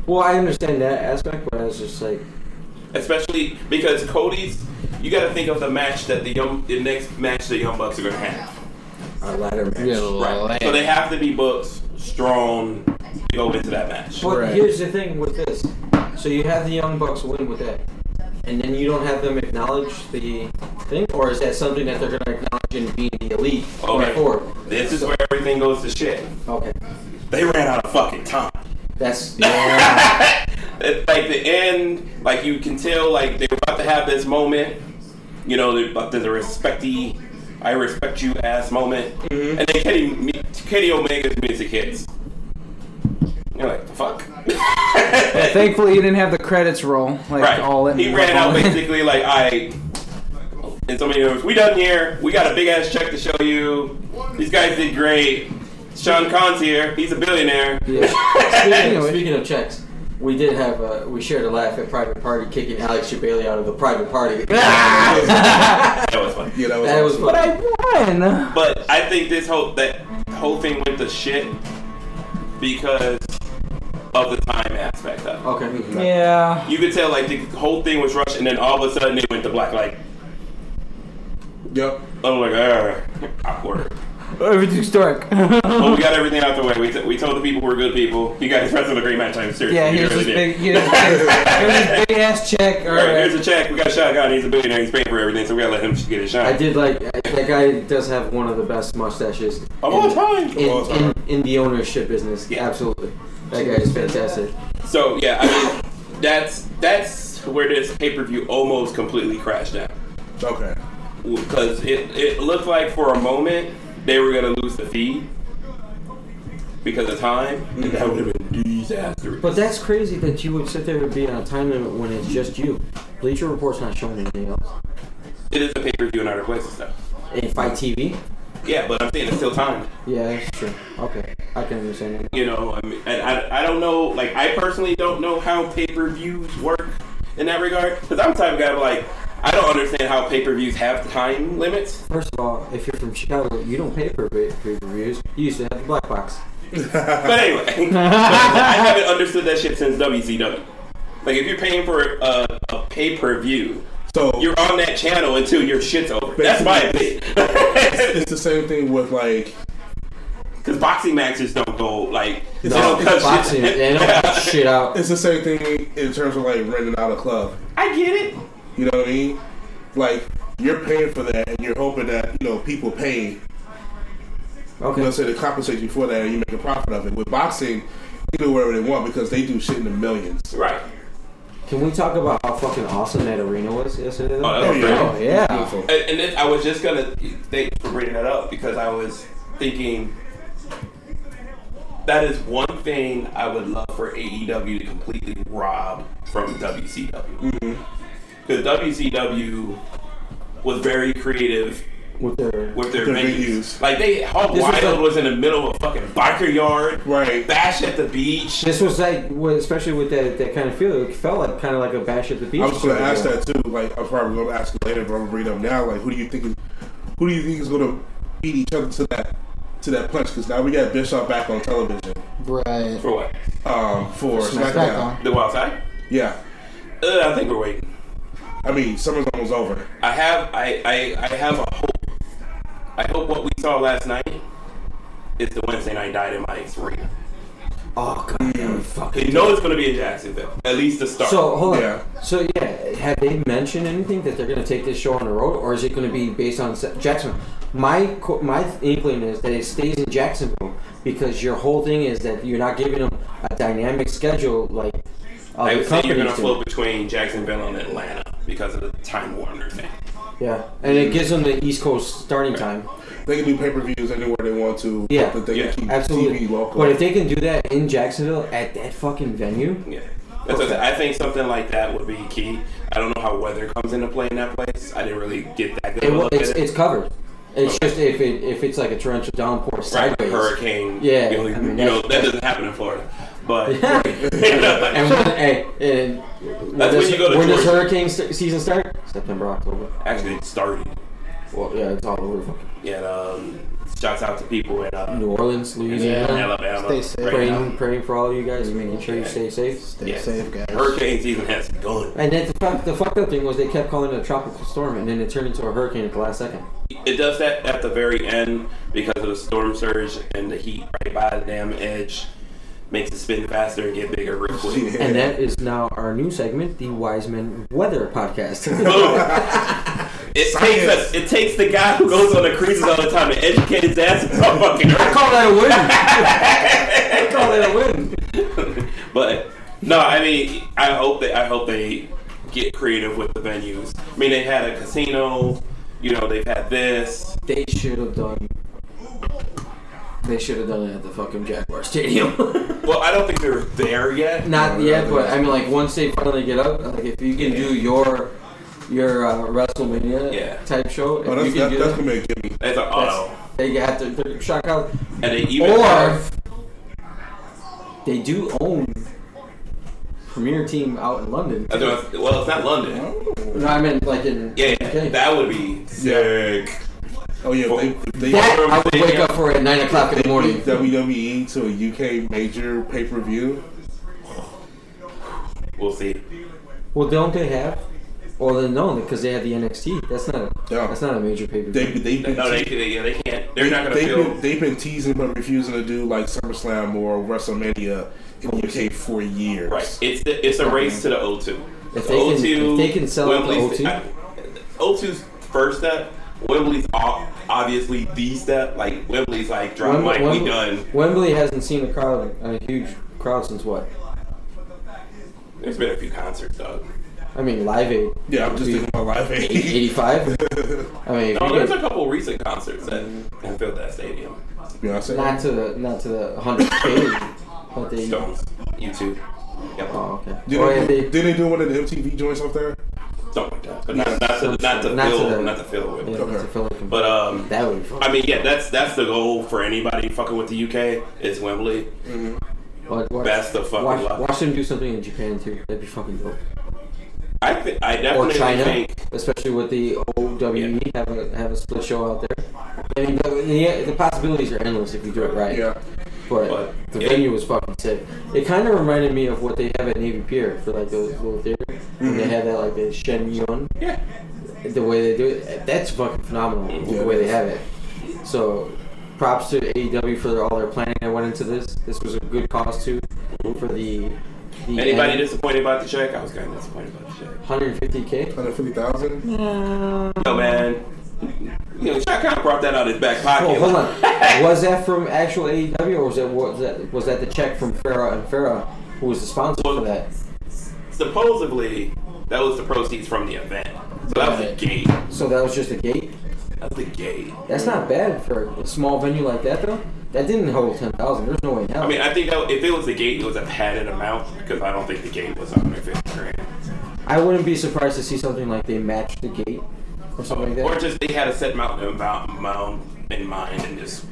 F: Well, I understand that aspect, but I was just like,
I: especially because Cody's. You got to think of the match that the young, the next match the Young Bucks are gonna have.
F: a ladder match.
J: Yeah,
I: So they have to be booked strong to go into that match.
F: But
G: Right.
F: here's the thing with this. So you have the Young Bucks win with that, and then you don't have them acknowledge the thing, or is that something that they're going to acknowledge in being the elite going forward?
I: Okay. This is where everything goes to shit.
F: Okay,
I: They ran out of fucking time.
F: that's yeah.
I: It's like the end, like you can tell, like they were about to have this moment. You know, they're about to the respecty, I respect you ass moment. And then Kenny, Kenny Omega's music hits. You're like, fuck.
H: Thankfully, you didn't have the credits roll like
I: right.
H: all in.
I: he ran out basically like, I. In so many words, we done here. We got a big ass check to show you. These guys did great. Sean Khan's here. He's a billionaire.
F: Yeah. speaking, of, speaking of checks, we did have uh, we shared a laugh at private party kicking Alex Shabali out of the private party.
I: That was fun.
G: Yeah, that was.
F: that was
J: But
F: funny.
J: I won.
I: But I think this whole that whole thing went to shit because of the time aspect
H: Oh.
I: of it.
F: Okay.
J: Yeah.
I: You could tell like the whole thing was rushed, and then all of a sudden it went to black. Like
G: Yep.
I: I'm like, "Arr, awkward.
J: Everything's dark.
I: But we got everything out the way. We, t- we told the people we're good people. You guys wrestled a great match. I'm serious.
J: yeah,
I: You
J: here's
I: really
J: this big,
I: did.
J: here's this big, here's this big ass check. All
I: All right, here's
J: right.
I: a check. We got Shotgun. He's a billionaire. He's paying for everything, so we gotta let him get his shine.
F: I did like I- that guy does have one of the best mustaches
I: Of all time.
F: in,
G: all
F: in,
G: time.
F: in the ownership business.
I: Yeah.
F: Absolutely, that guy is fantastic.
I: So yeah, I mean, that's that's where this pay per view almost completely crashed out
G: Okay.
I: because it it looked like for a moment they were gonna lose the feed because of time, and that would have been disastrous.
F: But that's crazy that you would sit there and be on a time limit when it's just you. Bleacher Report's not showing anything else.
I: It is a pay per view in other places though.
F: In Fight TV?
I: Yeah, but I'm saying it's still timed.
F: Yeah, that's true. Okay, I can understand that.
I: You know, I mean, and I, I don't know. Like, I personally don't know how pay per views work in that regard because I'm the type of guy like I don't understand how pay per views have time limits.
F: First of all, if you're from Chicago, you don't pay for pay per views. You used to have the black box.
I: But anyway, but I haven't understood that shit since WCW. Like, if you're paying for a, a pay per view,
G: So
I: you're on that channel until your shit's over. That's my opinion.
G: it's the same thing with like
I: Because boxing matches don't go like they
F: No,
I: don't cut shit.
F: boxing. They don't cut shit out.
G: it's the same thing in terms of like renting out a club.
I: I get it.
G: You know what I mean? Like you're paying for that, and you're hoping that you know people pay. You know,
F: Okay.
G: say to compensate you for that, and you make a profit of it. With boxing, they do whatever they want because they do shit in the millions.
I: Right.
F: Can we talk about how fucking awesome that arena was yesterday?
I: Oh,
F: Though?
I: that was
G: yeah.
I: great.
F: Oh, yeah.
G: Beautiful.
I: And, and then I was just gonna thank you for bringing that up because I was thinking that is one thing I would love for AEW to completely rob from WCW because WCW was very creative
F: With their
I: with their
G: Their
I: venues.
G: venues.
I: Like they, Hog
F: This was
I: Wild
F: like-
I: was in the middle of a fucking biker yard,
G: Right.
I: Bash at the beach.
F: This was like, well, especially with that, that kind of feel, it felt like kind of like a bash at the beach.
G: I was gonna
F: sort of
G: ask
F: deal.
G: that too. Like I'm probably gonna ask it later, but I'm gonna bring it up now. Like who do you think is who do you think is gonna beat each other to that to that punch? Because now we got Bishop back on television
J: Right.
I: For what?
G: um, for SmackDown.
J: SmackDown.
I: The Wild Side?
G: Yeah,
I: Uh, I think we're waiting.
G: I mean summer's almost over.
I: I have I, I, I have a hope. I hope what we saw last night is the Wednesday night dynamite arena.
F: Oh god, that would fucking.
I: You know it's gonna be in Jacksonville. At least the start.
F: So uh, hold on.
G: Yeah.
F: So yeah, have they mentioned anything that they're gonna take this show on the road, or is it gonna be based on Se- Jacksonville? My co- my inkling is that it stays in Jacksonville because your whole thing is that you're not giving them a dynamic schedule like
I: I
F: other
I: would say you're gonna
F: companies do.
I: float between Jacksonville and Atlanta because of the time Warner thing.
F: Yeah, and it gives them the East Coast starting time.
G: They can do pay per views anywhere they want to.
F: Yeah,
G: but they
I: yeah,
G: can keep
F: Absolutely.
G: TV local.
F: But if they can do that in Jacksonville at that fucking venue,
I: Yeah. That's what I said. I think something like that would be key. I don't know how weather comes into play in that place. I didn't really get that good
F: it,
I: of a
F: will-
I: look
F: it's
I: at it.
F: it's covered. It's just if it if it's like a torrential downpour
I: Right,
F: sideways.
I: the hurricane.
F: Yeah,
I: you know,
F: I mean,
I: you know,
F: that's-
I: that doesn't happen in Florida, but
F: And when, hey, and when
I: That's
F: does,
I: when you go to
F: when does
I: Georgia.
F: hurricane st- season start? September, October.
I: actually it started.
F: Well, yeah, it's all over. fucking
I: And um, shouts out to people in uh,
F: New Orleans, Louisiana.
I: Alabama.
J: Stay safe.
I: right now.
F: Praying, praying for all you guys, making sure you stay safe.
J: Stay
I: Yeah.
J: safe, guys.
I: Hurricane season has begun.
F: And then the fuck, the fucked up thing was they kept calling it a tropical storm, and then it turned into a hurricane at the last second.
I: It does that at the very end because of the storm surge and the heat right by the damn edge makes it spin faster and get bigger real quick.
F: And that is now our new segment, the Wise Men Weather Podcast.
I: It takes us, it takes the guy who goes on the cruises all the time to educate his ass about fucking
F: call
I: earth.
F: that a win. I call that a win.
I: But no, I mean, I hope that I hope they get creative with the venues. I mean, they had a casino. You know, they've had this.
F: They should have done. They should have done it at the fucking Jaguar Stadium.
I: Well, I don't think they're there yet.
F: Not yet, but I mean, like once they finally get up, like if you can do your your uh, WrestleMania
I: Yeah.
F: type show, if
G: oh,
F: you
G: that's
F: can
G: that,
F: do
G: that's
F: that-
G: gonna be a gimme.
I: That's an auto.
F: They have to they're Chicago.
I: oh, And they even
F: or
I: have-
F: they do own premier team out in London.
I: I don't- well, it's not London.
F: No, I meant like in
I: Yeah,
F: Okay.
I: that would be sick.
G: Oh yeah,
I: For-
G: they, they
F: that
I: Or
F: I would
I: they-
F: wake up for at nine o'clock in the morning.
G: beat WWE E to a UK major pay per view.
I: We'll see.
F: Well, don't they have? Well, then no, because they have the NXT. That's not a,
G: Yeah.
F: that's not a major pay per
G: They
F: view.
G: they've been
I: No, they,
G: te-
I: they, yeah, they can't. They're not gonna
G: they've
I: feel.
G: been, they've been teasing but refusing to do like SummerSlam or WrestleMania in the UK for years.
I: Right. It's the, it's a race to the O2.
F: If
I: The
F: they can- if they can sell out the
I: Wembley's-
F: O2.
I: I- O2's first step. Wembley's ob- obviously the step. Like Wembley's like drop
F: Wembley-
I: mic, we
F: Wembley-
I: done.
F: Wembley hasn't seen a crowd, a huge crowd since what?
I: There's been a few concerts though.
F: I mean, Live Aid,
G: Yeah, I'm just thinking about Live Aid.
F: eighty-five. I mean, if
I: No,
F: you
I: there's
F: get-
I: a couple recent concerts that have filled that stadium.
F: not
G: Beyonce.
F: to the not to the hundred K, but they.
I: Stones, U2, yep,
F: Oh, okay.
G: Did
F: or
G: they,
F: if
G: did
F: they,
G: they do one of the MTV joints up there?
I: something like that. But not, not to not to
F: Not to
I: fill
F: the-
I: not to fill with.
F: yeah,
G: Okay.
F: to fill it-
I: But um,
F: that would be fun.
I: I mean, yeah, that's that's the goal for anybody fucking with the UK is Wembley.
F: But watch,
I: Best of fucking
F: watch,
I: luck.
F: watch them do something in Japan too. That'd be fucking dope.
I: I th- I
F: Or
I: definitely
F: China,
I: think
F: especially with the OWE have a have a split show out there. I mean, the, the, the possibilities are endless if you do it right.
G: Yeah.
F: But,
I: But,
F: the
I: yeah.
F: venue was fucking sick. It kind of reminded me of what they have at Navy Pier for like the little theater. When they have that like the Shenyun.
I: Yeah.
F: The way they do it, that's fucking phenomenal.
G: Yeah,
F: The way
G: it
F: they
G: is.
F: have it. So, props to AEW for all their planning that went into this. This was a good cost too for the. the
I: anybody disappointed about the check, I was kind of disappointed about the check.
F: 150k.
G: 150,000?
I: Yo, man. You know, Shaq kind of brought that out of his back pocket.
F: Oh, hold on. was that from actual AEW, or was that was that was that the check from Farah and Farah, who was the sponsor for that?
I: Supposedly, that was the proceeds from the event. So that was the gate.
F: So that was just a gate.
I: That's the gate.
F: That's not bad for a small venue like that, though. That didn't hold ten thousand. There's no way in hell.
I: I mean, I think that if it was the gate, it was a padded amount because I don't think the gate was 150 grand.
F: I wouldn't be surprised to see something like they matched the gate or something
I: Or
F: like that.
I: just they had a set amount in, amount in mind and just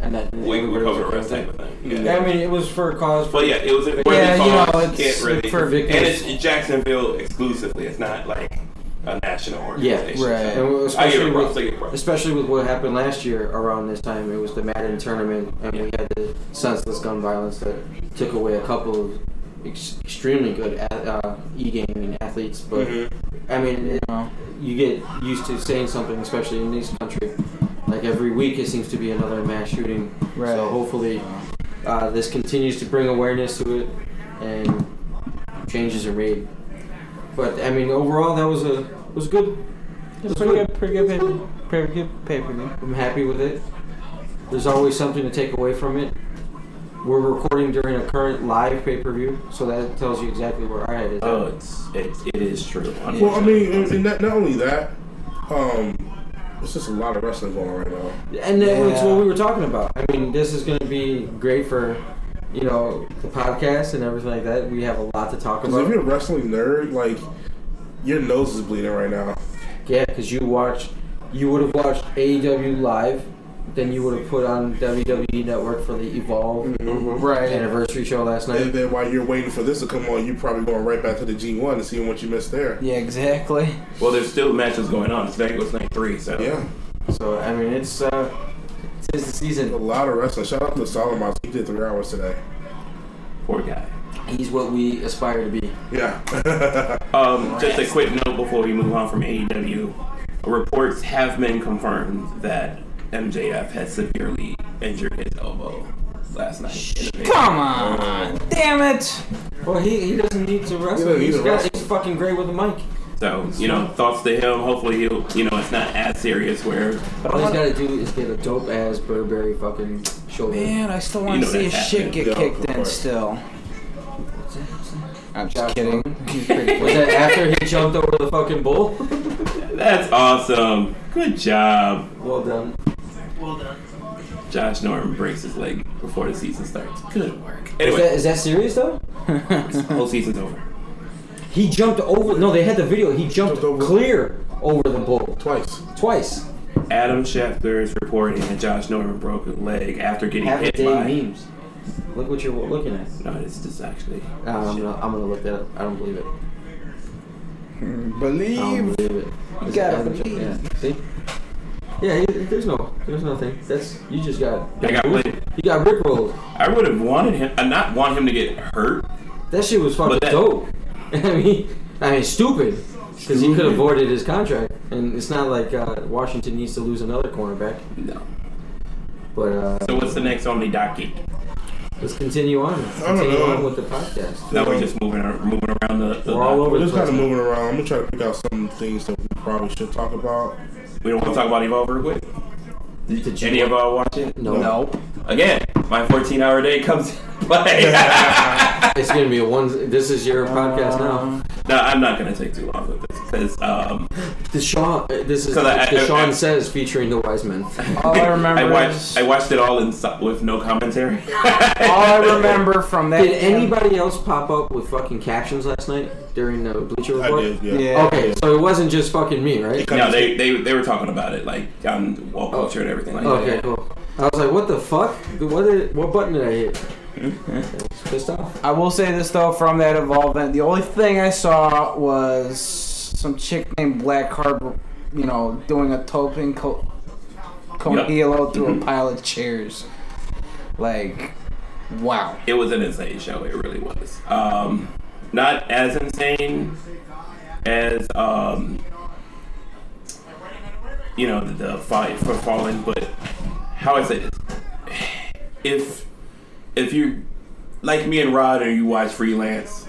F: And that
I: we we
F: everybody was
I: cover the
F: okay
I: rest
F: with
I: type of
F: it.
I: thing. Yeah.
F: Yeah, I mean, it was for a cause. For
I: But yeah, it was a
F: Yeah, you know,
I: cause,
F: it's
I: can't really,
F: for victims.
I: and it's in Jacksonville exclusively. It's not like a national
F: Yeah,
I: organization.
F: right.
I: So
F: And
I: I give
F: especially
I: it props. I give it
F: with,
I: props.
F: especially with what happened last year around this time, it was the Madden tournament, and we had the senseless gun violence that took away a couple of ex- extremely good at, uh, e-gaming athletes. But
I: Mm-hmm.
F: I mean, it- you get used to saying something, especially in this country. Like every week, it seems to be another mass shooting.
H: Right.
F: So hopefully, uh, this continues to bring awareness to it, and changes are made. But I mean, overall, that was a was good.
H: It's pretty good, pretty good paper, pretty good paper. dude.
F: I'm happy with it. There's always something to take away from it. We're recording during a current live pay per view, so that tells you exactly where our head is.
C: Oh, it's it, it is true.
G: Well, I mean, and, and not, not only that, um, it's just a lot of wrestling going on right now.
F: and that was what we were talking about. I mean, this is going to be great for, you know, the podcast and everything like that. We have a lot to talk
G: Because if
F: about.
G: you're a wrestling nerd, like, your nose is bleeding right now.
F: Yeah, because you watch, you would have watched AEW live, then you would have put on WWE Network for the Evolve
H: Right.
F: anniversary show last night.
G: And then while you're waiting for this to come on, you're probably going right back to the G1 and seeing what you missed there.
H: Yeah, exactly.
I: Well, there's still matches going on. Today was night three, so
G: Yeah.
F: So I mean, it's uh, it's the
G: A
F: season.
G: lot of wrestling. Shout out to Solomon. He did three hours today.
I: poor guy.
F: He's what we aspire to be.
G: Yeah.
I: Um, just a quick note before we move on from AEW. Reports have been confirmed that MJF has severely injured his elbow last night. in a video.
H: Come on, damn it.
F: Well, he, he doesn't need to wrestle.
G: doesn't need
F: He's
G: to
F: got-
G: wrestle.
F: he's fucking great with the mic.
I: So you know, thoughts to him. Hopefully, he'll you know it's not as serious where
F: All he's got to do is get a dope ass Burberry fucking shoulder.
H: Man, I still want
I: You
H: to
I: know
H: see
I: that
H: his shit
I: happened.
H: get
G: Yeah, of
H: kicked in
G: course.
H: still. I'm just
F: Josh
H: kidding.
F: Allen.
H: He's pretty
F: Was that after he jumped over the fucking bull?
I: That's awesome. Good job.
F: well done.
I: Josh Norman breaks his leg before the season starts. Good work.
F: Is
I: Anyway,
F: that, is that serious though?
I: whole season's over.
F: He jumped over. No, they had the video. He jumped
G: Jumped over.
F: clear over the bull
G: Twice.
F: twice.
I: Adam Schefter is reporting that Josh Norman broke a leg after getting
F: Half a
I: hit
F: day
I: by.
F: memes. Look what you're looking at.
I: No, it's just actually.
F: Uh, I'm, gonna, I'm gonna look that up. I don't believe it. I
H: Believe.
F: don't believe it. It's
H: gotta
F: Adam Schefter,
H: believe.
F: Yeah. See? Yeah, he- there's no, there's nothing. That's you just got.
I: I got blamed.
F: You got rickrolled.
I: I would have wanted him. I not want him to get hurt.
F: That shit was fucking
I: But that-
F: dope. I mean, I mean, stupid. Because he could have voided his contract, and it's not like uh, Washington needs to lose another cornerback.
I: No.
F: But uh,
I: So what's the next on the docket?
F: let's continue on.
G: don't
F: Continue
G: know.
F: on with the podcast.
I: Now we're just moving moving around the. the
F: We're all over
G: We're
F: the
G: just kind
F: place.
G: of
F: now.
G: moving around. I'm gonna try to pick out some things that we probably should talk about.
I: we don't want to talk about Evolve real quick.
F: Did you-
I: Any of y'all watch it?
F: No.
I: Again, my 14 hour day comes into play.
F: It's gonna be a one. This is your podcast now.
I: no, I'm not gonna take too long with this because um,
F: The Sean. uh, This is
I: 'Cause I- I-
F: the Sean
I: I-
F: says featuring the wise men.
H: All I remember.
I: I
H: is-
I: watched I watched it all in si- with no commentary.
H: all I remember from that.
F: Did anybody else pop up with fucking captions last night during the Bleacher
G: I
F: Report?
G: did, yeah.
H: Yeah.
F: Okay, so it wasn't just fucking me, right?
I: no, they, they they were talking about it like on wall culture and everything like
F: Oh. Okay,
I: that.
F: cool. I was like, what the fuck? What did, what button did I hit? I was pissed off.
H: I will say this though, from that Evolve event, the only thing I saw was some chick named Black Harbor, you know, doing a toping co- congealo through
I: Mm-hmm.
H: a pile of chairs. Like, wow.
I: It was an insane show. It really was. Um, not as insane as um, you know the, the fight for falling, but how I say this: if if you like me and Rod, and you watch freelance,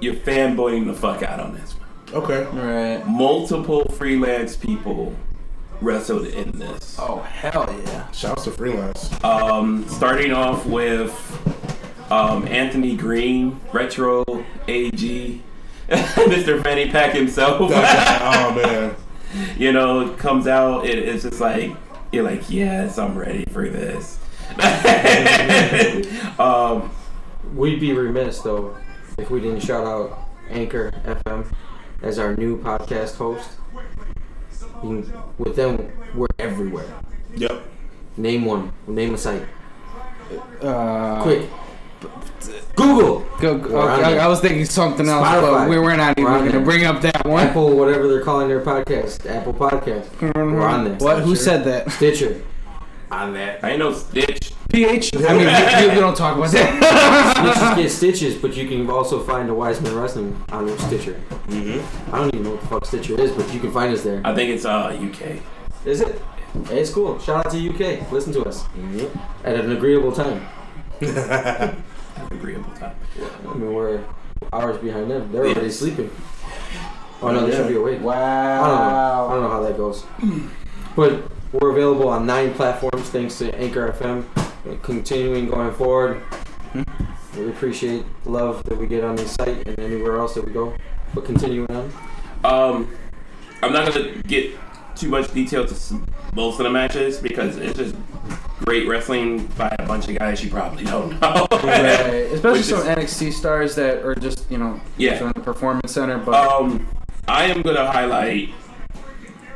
I: you're fanboying the fuck out on this one.
G: Okay.
H: Right.
I: multiple freelance people wrestled in this.
H: Oh hell yeah.
G: Shouts to freelance.
I: Um, starting off with um, Anthony Green, Retro AG, Mr. Fanny Pack himself.
G: oh man.
I: you know, comes out. It, it's just like you're like, yes, I'm ready for this. um,
F: We'd be remiss though if we didn't shout out Anchor FM as our new podcast host. You can- With them, we're everywhere.
G: Yep.
F: Name one. Name a site.
H: Uh,
F: Quick. Google.
H: Go,
F: We're on
H: okay,
F: there.
H: I was thinking something else,
F: Spotify.
H: but we were not even
F: We're on
H: going to
F: there.
H: bring up that one.
F: Apple, whatever they're calling their podcast. Apple Podcast. We're on there.
H: Mm-hmm. What? Who said that?
F: Stitcher.
I: on that, I ain't no stitch.
H: PH. I mean, you, you- you don't talk about that.
F: You just get stitches, but you can also find the Wiseman Wrestling on Stitcher. Mm-hmm. I don't even know what the fuck Stitcher is, but you can find us there.
I: I think it's uh, UK.
F: Is it? Hey, it's cool. Shout out to UK. Listen to us at an agreeable time.
I: Agreeable time.
F: I mean, we're hours behind them. They're already sleeping. Oh no, they should be awake. I don't know. I
H: Wow.
F: don't know how that goes. But we're available on nine platforms thanks to Anchor FM. Continuing going forward, we appreciate the love that we get on this site and anywhere else that we go. But continuing on.
I: Um, I'm not gonna get too much detail to s- most of the matches because it's just great wrestling by a bunch of guys you probably don't know.
H: Right. Especially
I: Which
H: some
I: is-
H: NXT stars that are just you know
I: Yeah.
H: from the performance center, but
I: um, I am gonna highlight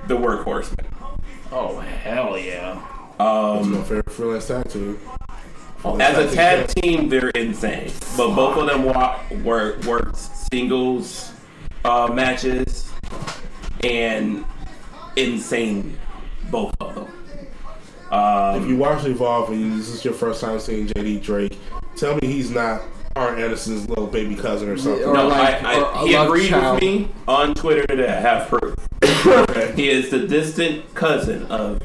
I: the workhorseman.
K: Oh, hell yeah.
G: That's my favorite freelance tag team.
I: As a tag team, they're insane, but both of them wa- work works singles uh, matches and insane both of them.
G: If you watch Evolve and this is your first time seeing JD Drake, tell me he's not Art Anderson's little baby cousin or something.
H: or-
I: No,
H: like
I: I, I,
H: a- a
I: he
H: love
I: agreed
H: child.
I: with me on Twitter that I have proof. he is the distant cousin of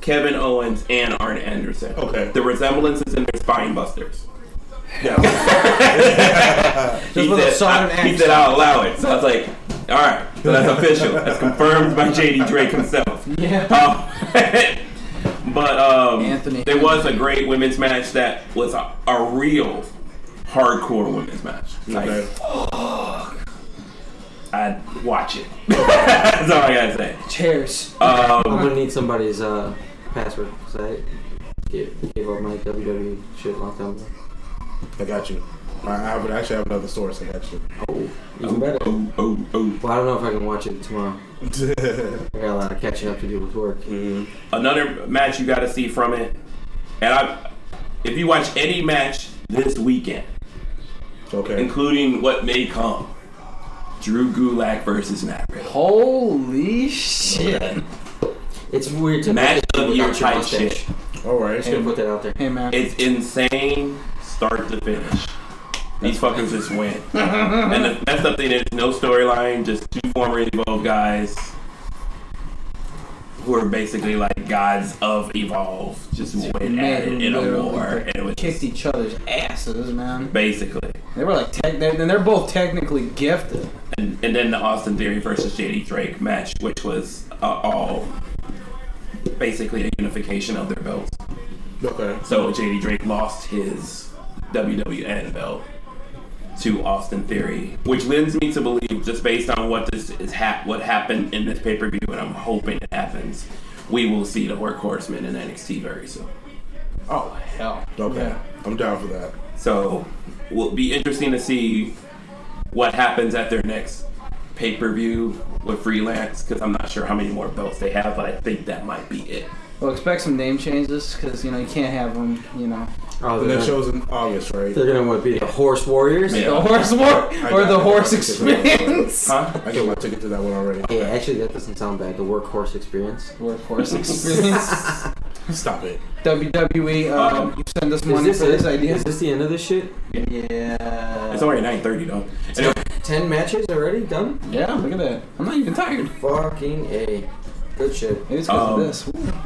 I: Kevin Owens and Arn Anderson.
G: Okay.
I: The resemblance is in their spine busters. he,
H: with a
I: said,
H: southern
I: I, he said, I'll allow it. So I was like, all right. So that's official. That's confirmed by JD Drake himself.
H: yeah.
I: Um, but um,
H: Anthony.
I: there was a great women's match that was a, a real hardcore women's match. Like,
G: Okay.
I: I'd watch it. That's all I gotta say.
H: Chairs.
F: I'm gonna need somebody's uh, password E because I gave, gave up my WWE shit a long time ago.
G: I got you. I, I would actually have another source of that shit.
F: Even better.
I: Oh, oh, oh.
F: Well, I don't know if I can watch it tomorrow. I got a lot of catching up to do with work.
I: Mm-hmm. Another match you got to see from it, and I, if you watch any match this weekend,
G: Okay.
I: including what may come, Drew Gulak versus Maverick,
H: Holy shit.
F: It's weird to
I: match
F: without
I: of the year
F: your
I: type
F: mustache.
I: shit.
G: All right.
F: I'm gonna put that out there.
H: Hey, man.
I: It's insane, start to finish. These fuckers just win. and the messed up thing is no storyline, just two former Evolve guys who are basically like gods of Evolve, just went at it in a
H: literally
I: war. And it was
H: kicked each other's asses, man.
I: basically.
H: They were like, tech they're, and they're both technically gifted.
I: And, and then the Austin Theory versus JD Drake match, which was uh, all basically a unification of their belts.
G: Okay.
I: So JD Drake lost his WWN belt to Austin Theory, which lends me to believe, just based on what this is hap- what happened in this pay per view, and I'm hoping it happens, we will see the workhorseman in NXT very soon.
H: Oh, hell.
G: Okay. I'm down for that.
I: So will be interesting to see what happens at their next pay per view with freelance because I'm not sure how many more belts they have, but I think that might be it.
H: Well, expect some name changes because, you know, you can't have them, you know.
F: Oh,
G: And
F: they're
G: that
F: gonna,
G: show's in August, right?
F: they're gonna what, be the Horse Warriors?
I: Yeah.
H: The horse war
G: I
H: or
G: got
H: the
G: it.
H: horse experience.
I: Huh?
G: I get my ticket to that one already.
F: Yeah, actually, that doesn't sound bad. The workhorse experience.
H: Workhorse experience.
G: Stop it.
H: WWE, um, you send us
F: Is
H: money
F: this,
H: for this
F: it?
H: idea.
F: Is this the end of this shit?
H: yeah.
I: It's already 9:30 though. Anyway,
F: Ten matches already done?
H: Yeah, look at that. I'm not even tired.
F: Fucking a. Good shit.
H: Maybe it's because
I: Um,
H: of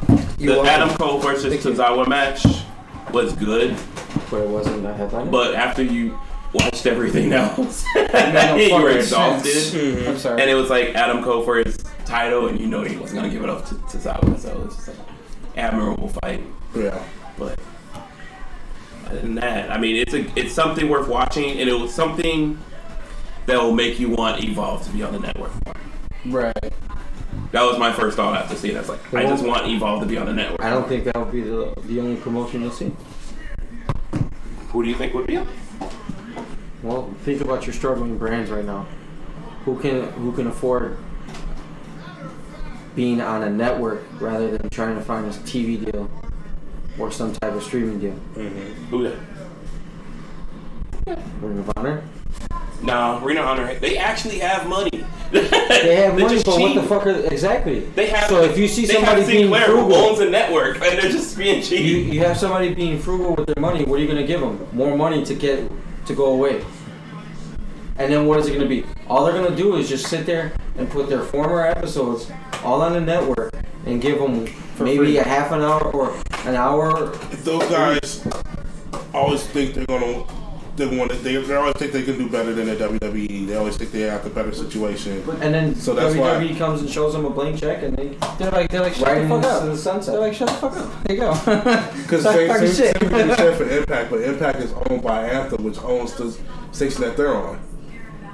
H: this. Ooh.
I: the Adam Cole versus Tozawa match was good,
F: But it wasn't a headliner.
I: but after you watched everything else,
H: no
I: you were
H: fucking sense.
I: exhausted.
H: I'm sorry.
I: And it was like Adam Cole for his title, and you know he was gonna give it up to Tozawa, so it was just like admirable fight.
G: Yeah.
I: But other than that, I mean, it's a it's something worth watching, and it was something that will make you want Evolve to be on the network. more.
H: right.
I: That was my first thought after seeing. it. I was like, I just want Evolve to be on the network.
F: I don't think that would be the, the only promotion you'll see.
I: Who do you think would be on?
F: Well, think about your struggling brands right now. Who can who can afford being on a network rather than trying to find a TV deal or some type of streaming deal?
I: Who? that?
F: Ring of Honor.
I: No, Reno Honor. They actually have money.
F: They have
I: They're
F: money,
I: just
F: but what the
I: cheap.
F: fuck are exactly?
I: They have.
F: so if you see
I: they
F: somebody
I: have
F: being
I: Sinclair who owns
F: frugal,
I: a network, and they're just being cheap.
F: you, you have somebody being frugal with their money. What are you gonna give them? More money to get to go away. And then what is it gonna be? All they're gonna do is just sit there and put their former episodes all on the network and give them maybe
H: free.
F: a half an hour or an hour.
G: Those guys always think they're gonna. They want to. They, they always think they can do better than the WWE. They always think they have the better situation.
F: And then
G: So that's
F: WWE
G: why-
F: comes and shows them a blank check and they
H: They're like, they're like, shut
F: ride
H: the
F: in
H: fuck
F: to
H: up.
F: the sunset.
H: They're like, shut the fuck up. There you go.
G: Because
H: Stop
G: same,
H: fucking
G: same, same
H: shit.
G: thing you said for Impact, but Impact is owned by Anthem, which owns the station that they're on.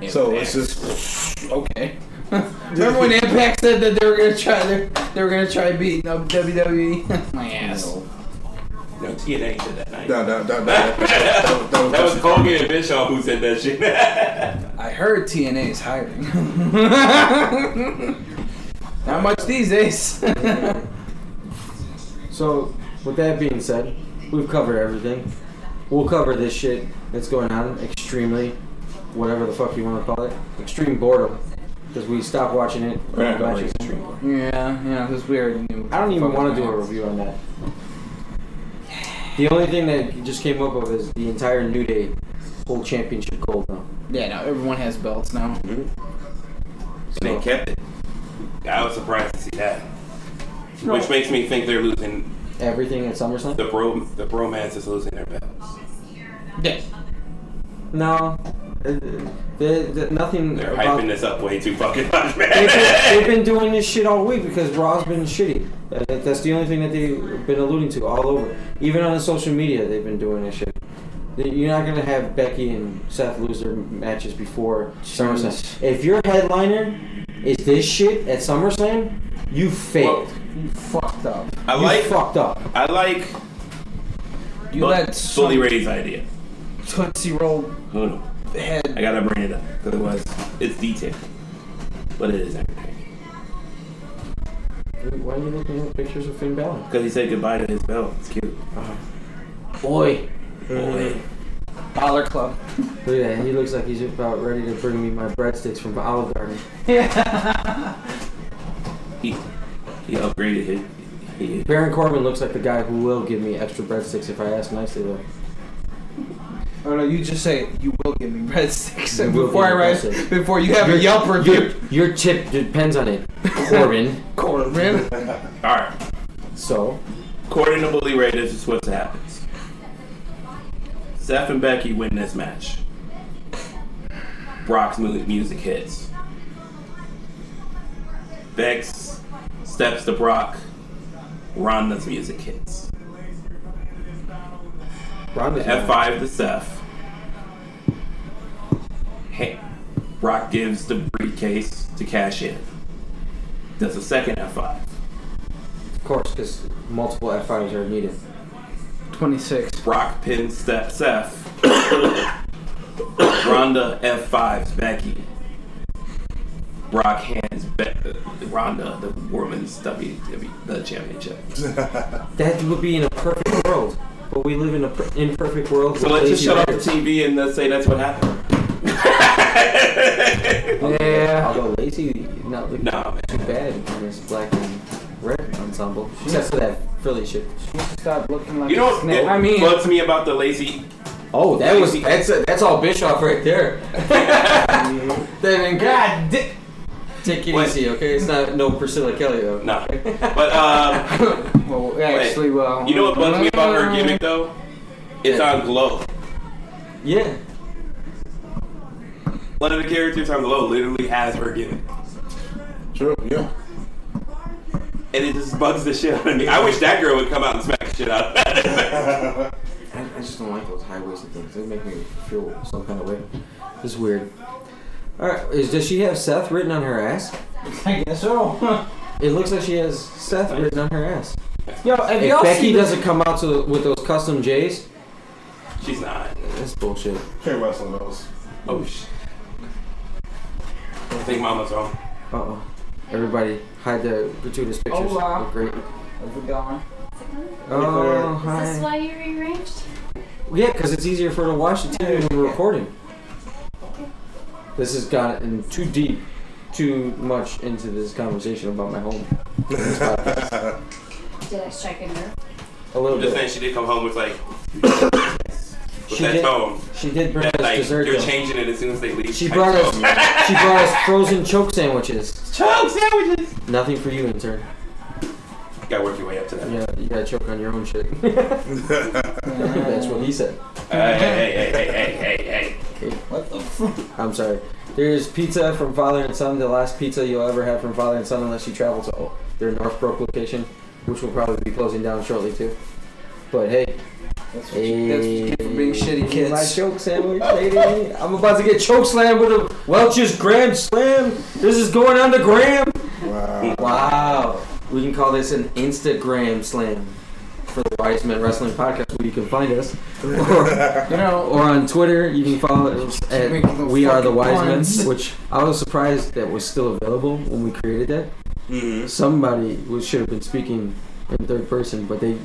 G: So it's just
H: okay. Remember when Impact said that they were gonna try they, they were gonna try beating up WWE? My ass.
I: no, TNA did that night.
G: no, no, no, no. That, that was,
I: That was Hogan and Bischoff who said that shit.
H: I heard TNA is hiring. Not much these days.
F: So, with that being said, we've covered everything. We'll cover this shit that's going on extremely, whatever the fuck you want to call it, extreme boredom. Because we stopped watching it.
I: We're not gonna
F: Matches.
I: raise the stream.
H: yeah, yeah, because we already knew.
F: I don't even want to do a review on that. The only thing that just came up with is the entire New Day whole championship gold now.
H: Yeah, no, everyone has belts now.
I: They kept it.
L: I was surprised to see that, which makes me think they're losing
F: Everything at SummerSlam?
L: the bro. The bromance is losing their belts.
H: Yeah.
F: No. Uh, they- they- nothing
L: They're
F: about
L: hyping this up way too fucking much,
F: they've, been,
L: man.
F: they've been doing this shit all week because Raw's been shitty. Uh, that- That's the only thing that they've been alluding to all over. Even on the social media, they've been doing this shit. Th- You're not gonna have Becky and Seth lose their matches before SummerSlam. If your headliner is this shit at SummerSlam, you failed.
H: You fucked up.
I: I
F: you
I: like.
F: fucked up.
I: I like
H: You
I: Bu-
H: let
I: Bully
H: some,
I: Ray's idea.
H: Tootsie Roll
I: Hold on.
H: head.
I: I gotta bring it up because it was it's detailed, but it is everything.
F: Why are you looking at pictures of Finn Balor?
I: Because he said goodbye to his belt. It's cute.
F: Boy,
I: Boy.
H: Dollar Club.
F: look at that. He looks like he's about ready to bring me my breadsticks from Olive Garden.
I: He he upgraded his. He,
F: Baron Corbin looks like the guy who will give me extra breadsticks if I ask nicely, though.
H: Oh no, you just say it. You will give me breadsticks
F: You will
H: before I
F: give me
H: write.
F: breadsticks.
H: Before you have a Yelp
F: Your,
H: review.
F: your tip depends on it, Corbin.
H: Corbin.
I: all right.
F: so,
I: According to Bully Ray, this is what happens. Seth and Becky win this match. Brock's mu- music hits. Bex steps to Brock. Ronda's music hits.
F: Ronda's not-
I: F5 to Seth. Hey, Brock gives the briefcase to cash in. Does a second F5.
F: of course, because multiple F5s are needed.
H: Twenty six.
I: Brock pins Steph Seth. Ronda F5s Becky. Brock hands Be- Ronda the women's WWE the championship.
F: That would be in a perfect world. But we live in an per- imperfect world.
I: So
F: with
I: let's just
F: lazy
I: shut off the
F: writers.
I: TV and let's say that's what happened.
F: I'll
H: Yeah.
F: go lazy, not look
I: Nah, man.
F: too bad in this black and red ensemble. Except for that Philly shit.
H: Stop looking like
I: You know
H: a
I: what
H: snake.
I: it
H: I mean,
I: bugs me about the lazy
F: Oh, that was that's a, that's all Bischoff right there. then God, di- take it
I: Wait.
F: easy, okay? It's not no Priscilla Kelly though.
I: no. But um
H: well, actually, well,
I: you know what bugs me about her gimmick though? It's on glow.
F: Yeah,
I: One of the characters on glow literally has her gimmick.
G: True, yeah.
I: And it just bugs the shit out of me. I wish that girl would come out and smack the shit out of
F: I, I just don't like those high waisted things. They make me feel some kind of way. It's weird. All right, is, does she have Seth written on her ass?
H: I guess so.
F: It looks like she has Seth written on her ass.
H: Yo, have
F: If
H: y'all
F: Becky
H: seen this-
F: doesn't come out to, with those custom J's,
I: She's not.
F: that's bullshit.
G: Can't wrestle those.
I: Oh shit. I think mama's home.
F: Uh oh. Everybody hide the gratuitous pictures.
H: Oh, wow.
F: They're great.
H: Is it gone?
F: Oh,
M: Is this
F: hi.
M: why you rearranged?
F: Yeah, because it's easier for her to watch the TV when we're recording. This has gotten too deep, too much into this conversation about my home.
M: Did I strike a nerve?
F: A little
I: I'm just
F: bit.
I: saying she did come home with like with
F: She
I: that
F: did-
I: tone.
F: She did bring us
I: That like
F: dessert.
I: you're
F: though.
I: changing it as soon as they leave.
F: She
I: type
F: brought us.
I: tone.
F: she brought us frozen choke sandwiches.
I: choke sandwiches.
F: Nothing for you, intern.
I: You gotta work your way up to that.
F: Yeah, you gotta choke on your own shit. That's what he said.
I: Hey, hey, hey, hey, hey, hey, hey.
H: What the fuck?
F: I'm sorry. There's pizza from Father and Son, the last pizza you'll ever have from Father and Son unless you travel to their Northbrook location, which will probably be closing down shortly too. But hey,
H: That's what you, that's what you get for being shitty
F: hey, My
H: kids.
F: choke sandwich, baby. I'm about to get choke slammed with a Welch's Grand Slam. This is going on the gram.
G: Wow.
F: Wow. We can call this an Instagram slam for the Wise Men Wrestling Podcast, where you can find us. Or,
H: You know,
F: or on Twitter, you can follow us at
H: Make the
F: We Are the
H: fucking
F: Wise
H: puns.
F: Men, which I was surprised that was still available when we created that.
H: Mm-hmm.
F: Somebody was, should have been speaking in third person, but they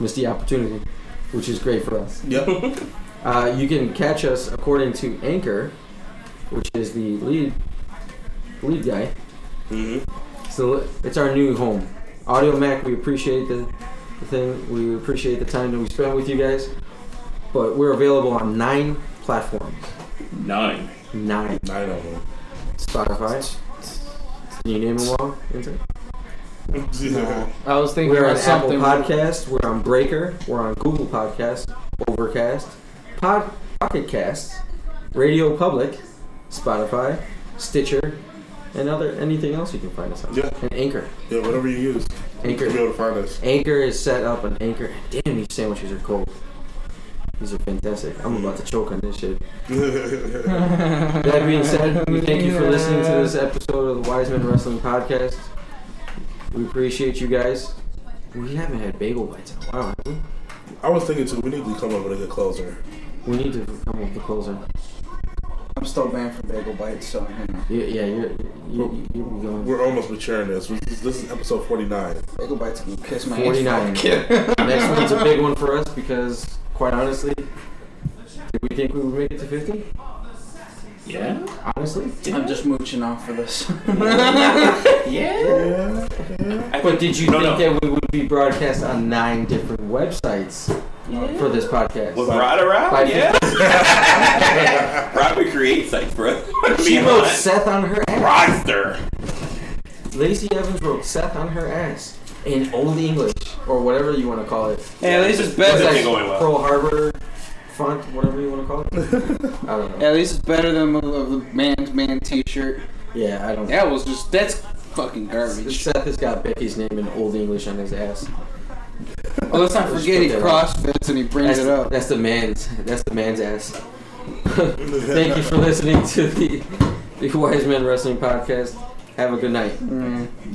F: missed the opportunity, which is great for us.
G: Yep.
F: Uh, you can catch us according to Anchor, which is the lead lead guy.
G: Mm-hmm.
F: So it's our new home, Audio Mac. We appreciate the, the thing. We appreciate the time that we spent with you guys. But we're available on nine platforms.
I: Nine.
F: Nine.
G: Nine of them.
F: Spotify. Can you name them all? Vincent?
H: I was thinking
F: We're on
H: about
F: Apple
H: something.
F: Podcast. We're on Breaker. We're on Google Podcast. Overcast. Pod Pocket Cast. Radio Public. Spotify. Stitcher. And other anything else you can find us on.
G: Yeah.
F: And Anchor.
G: Yeah, whatever you use, you
F: Anchor.
G: can be able to find us.
F: Anchor is set up on Anchor. Damn, these sandwiches are cold. These are fantastic. I'm about to choke on this shit. That being said, we thank you for listening to this episode of the Wise Men Wrestling Podcast. We appreciate you guys. We haven't had bagel bites in a while, have we?
G: I was thinking too, we need to come up with a good closer.
F: We need to come up with a closer.
H: I'm still banned from bagel bites, so you know.
F: Yeah, yeah you're, you're, you're going.
G: We're almost maturing this. We- This is episode 49.
H: Bagel bites can kiss my ass.
F: 49. Next week's a big one for us because, quite honestly, did we think we would make it to 50?
C: Yeah.
F: Honestly?
H: I'm just mooching off of this.
G: Yeah.
F: But did you
C: No, no.
F: think that we would be broadcast on nine different websites for this podcast?
C: With Rod around?
F: Five
C: Yeah. Rod would create sites, bro.
F: she wrote Seth on her ass.
C: Roster.
F: Lacey Evans wrote Seth on her ass in Old English or whatever you want to call it.
C: Yeah,
J: at least it's
F: It's
J: better.
F: like
C: ain't going well.
F: Pearl Harbor font, whatever you want to call it. I don't know.
H: At least it's better than the, the man's man T-shirt.
F: Yeah, I don't.
H: That was just that's fucking garbage.
F: Seth has got Becky's name in Old English on his ass.
H: Oh, let's not
F: Let's
H: forget he
F: put that up.
H: crossfits and he brings
F: That's,
H: it up.
F: that's the man's. That's the man's ass. Thank you for listening to the the Wise Men Wrestling Podcast. Have a good night.
H: Mm.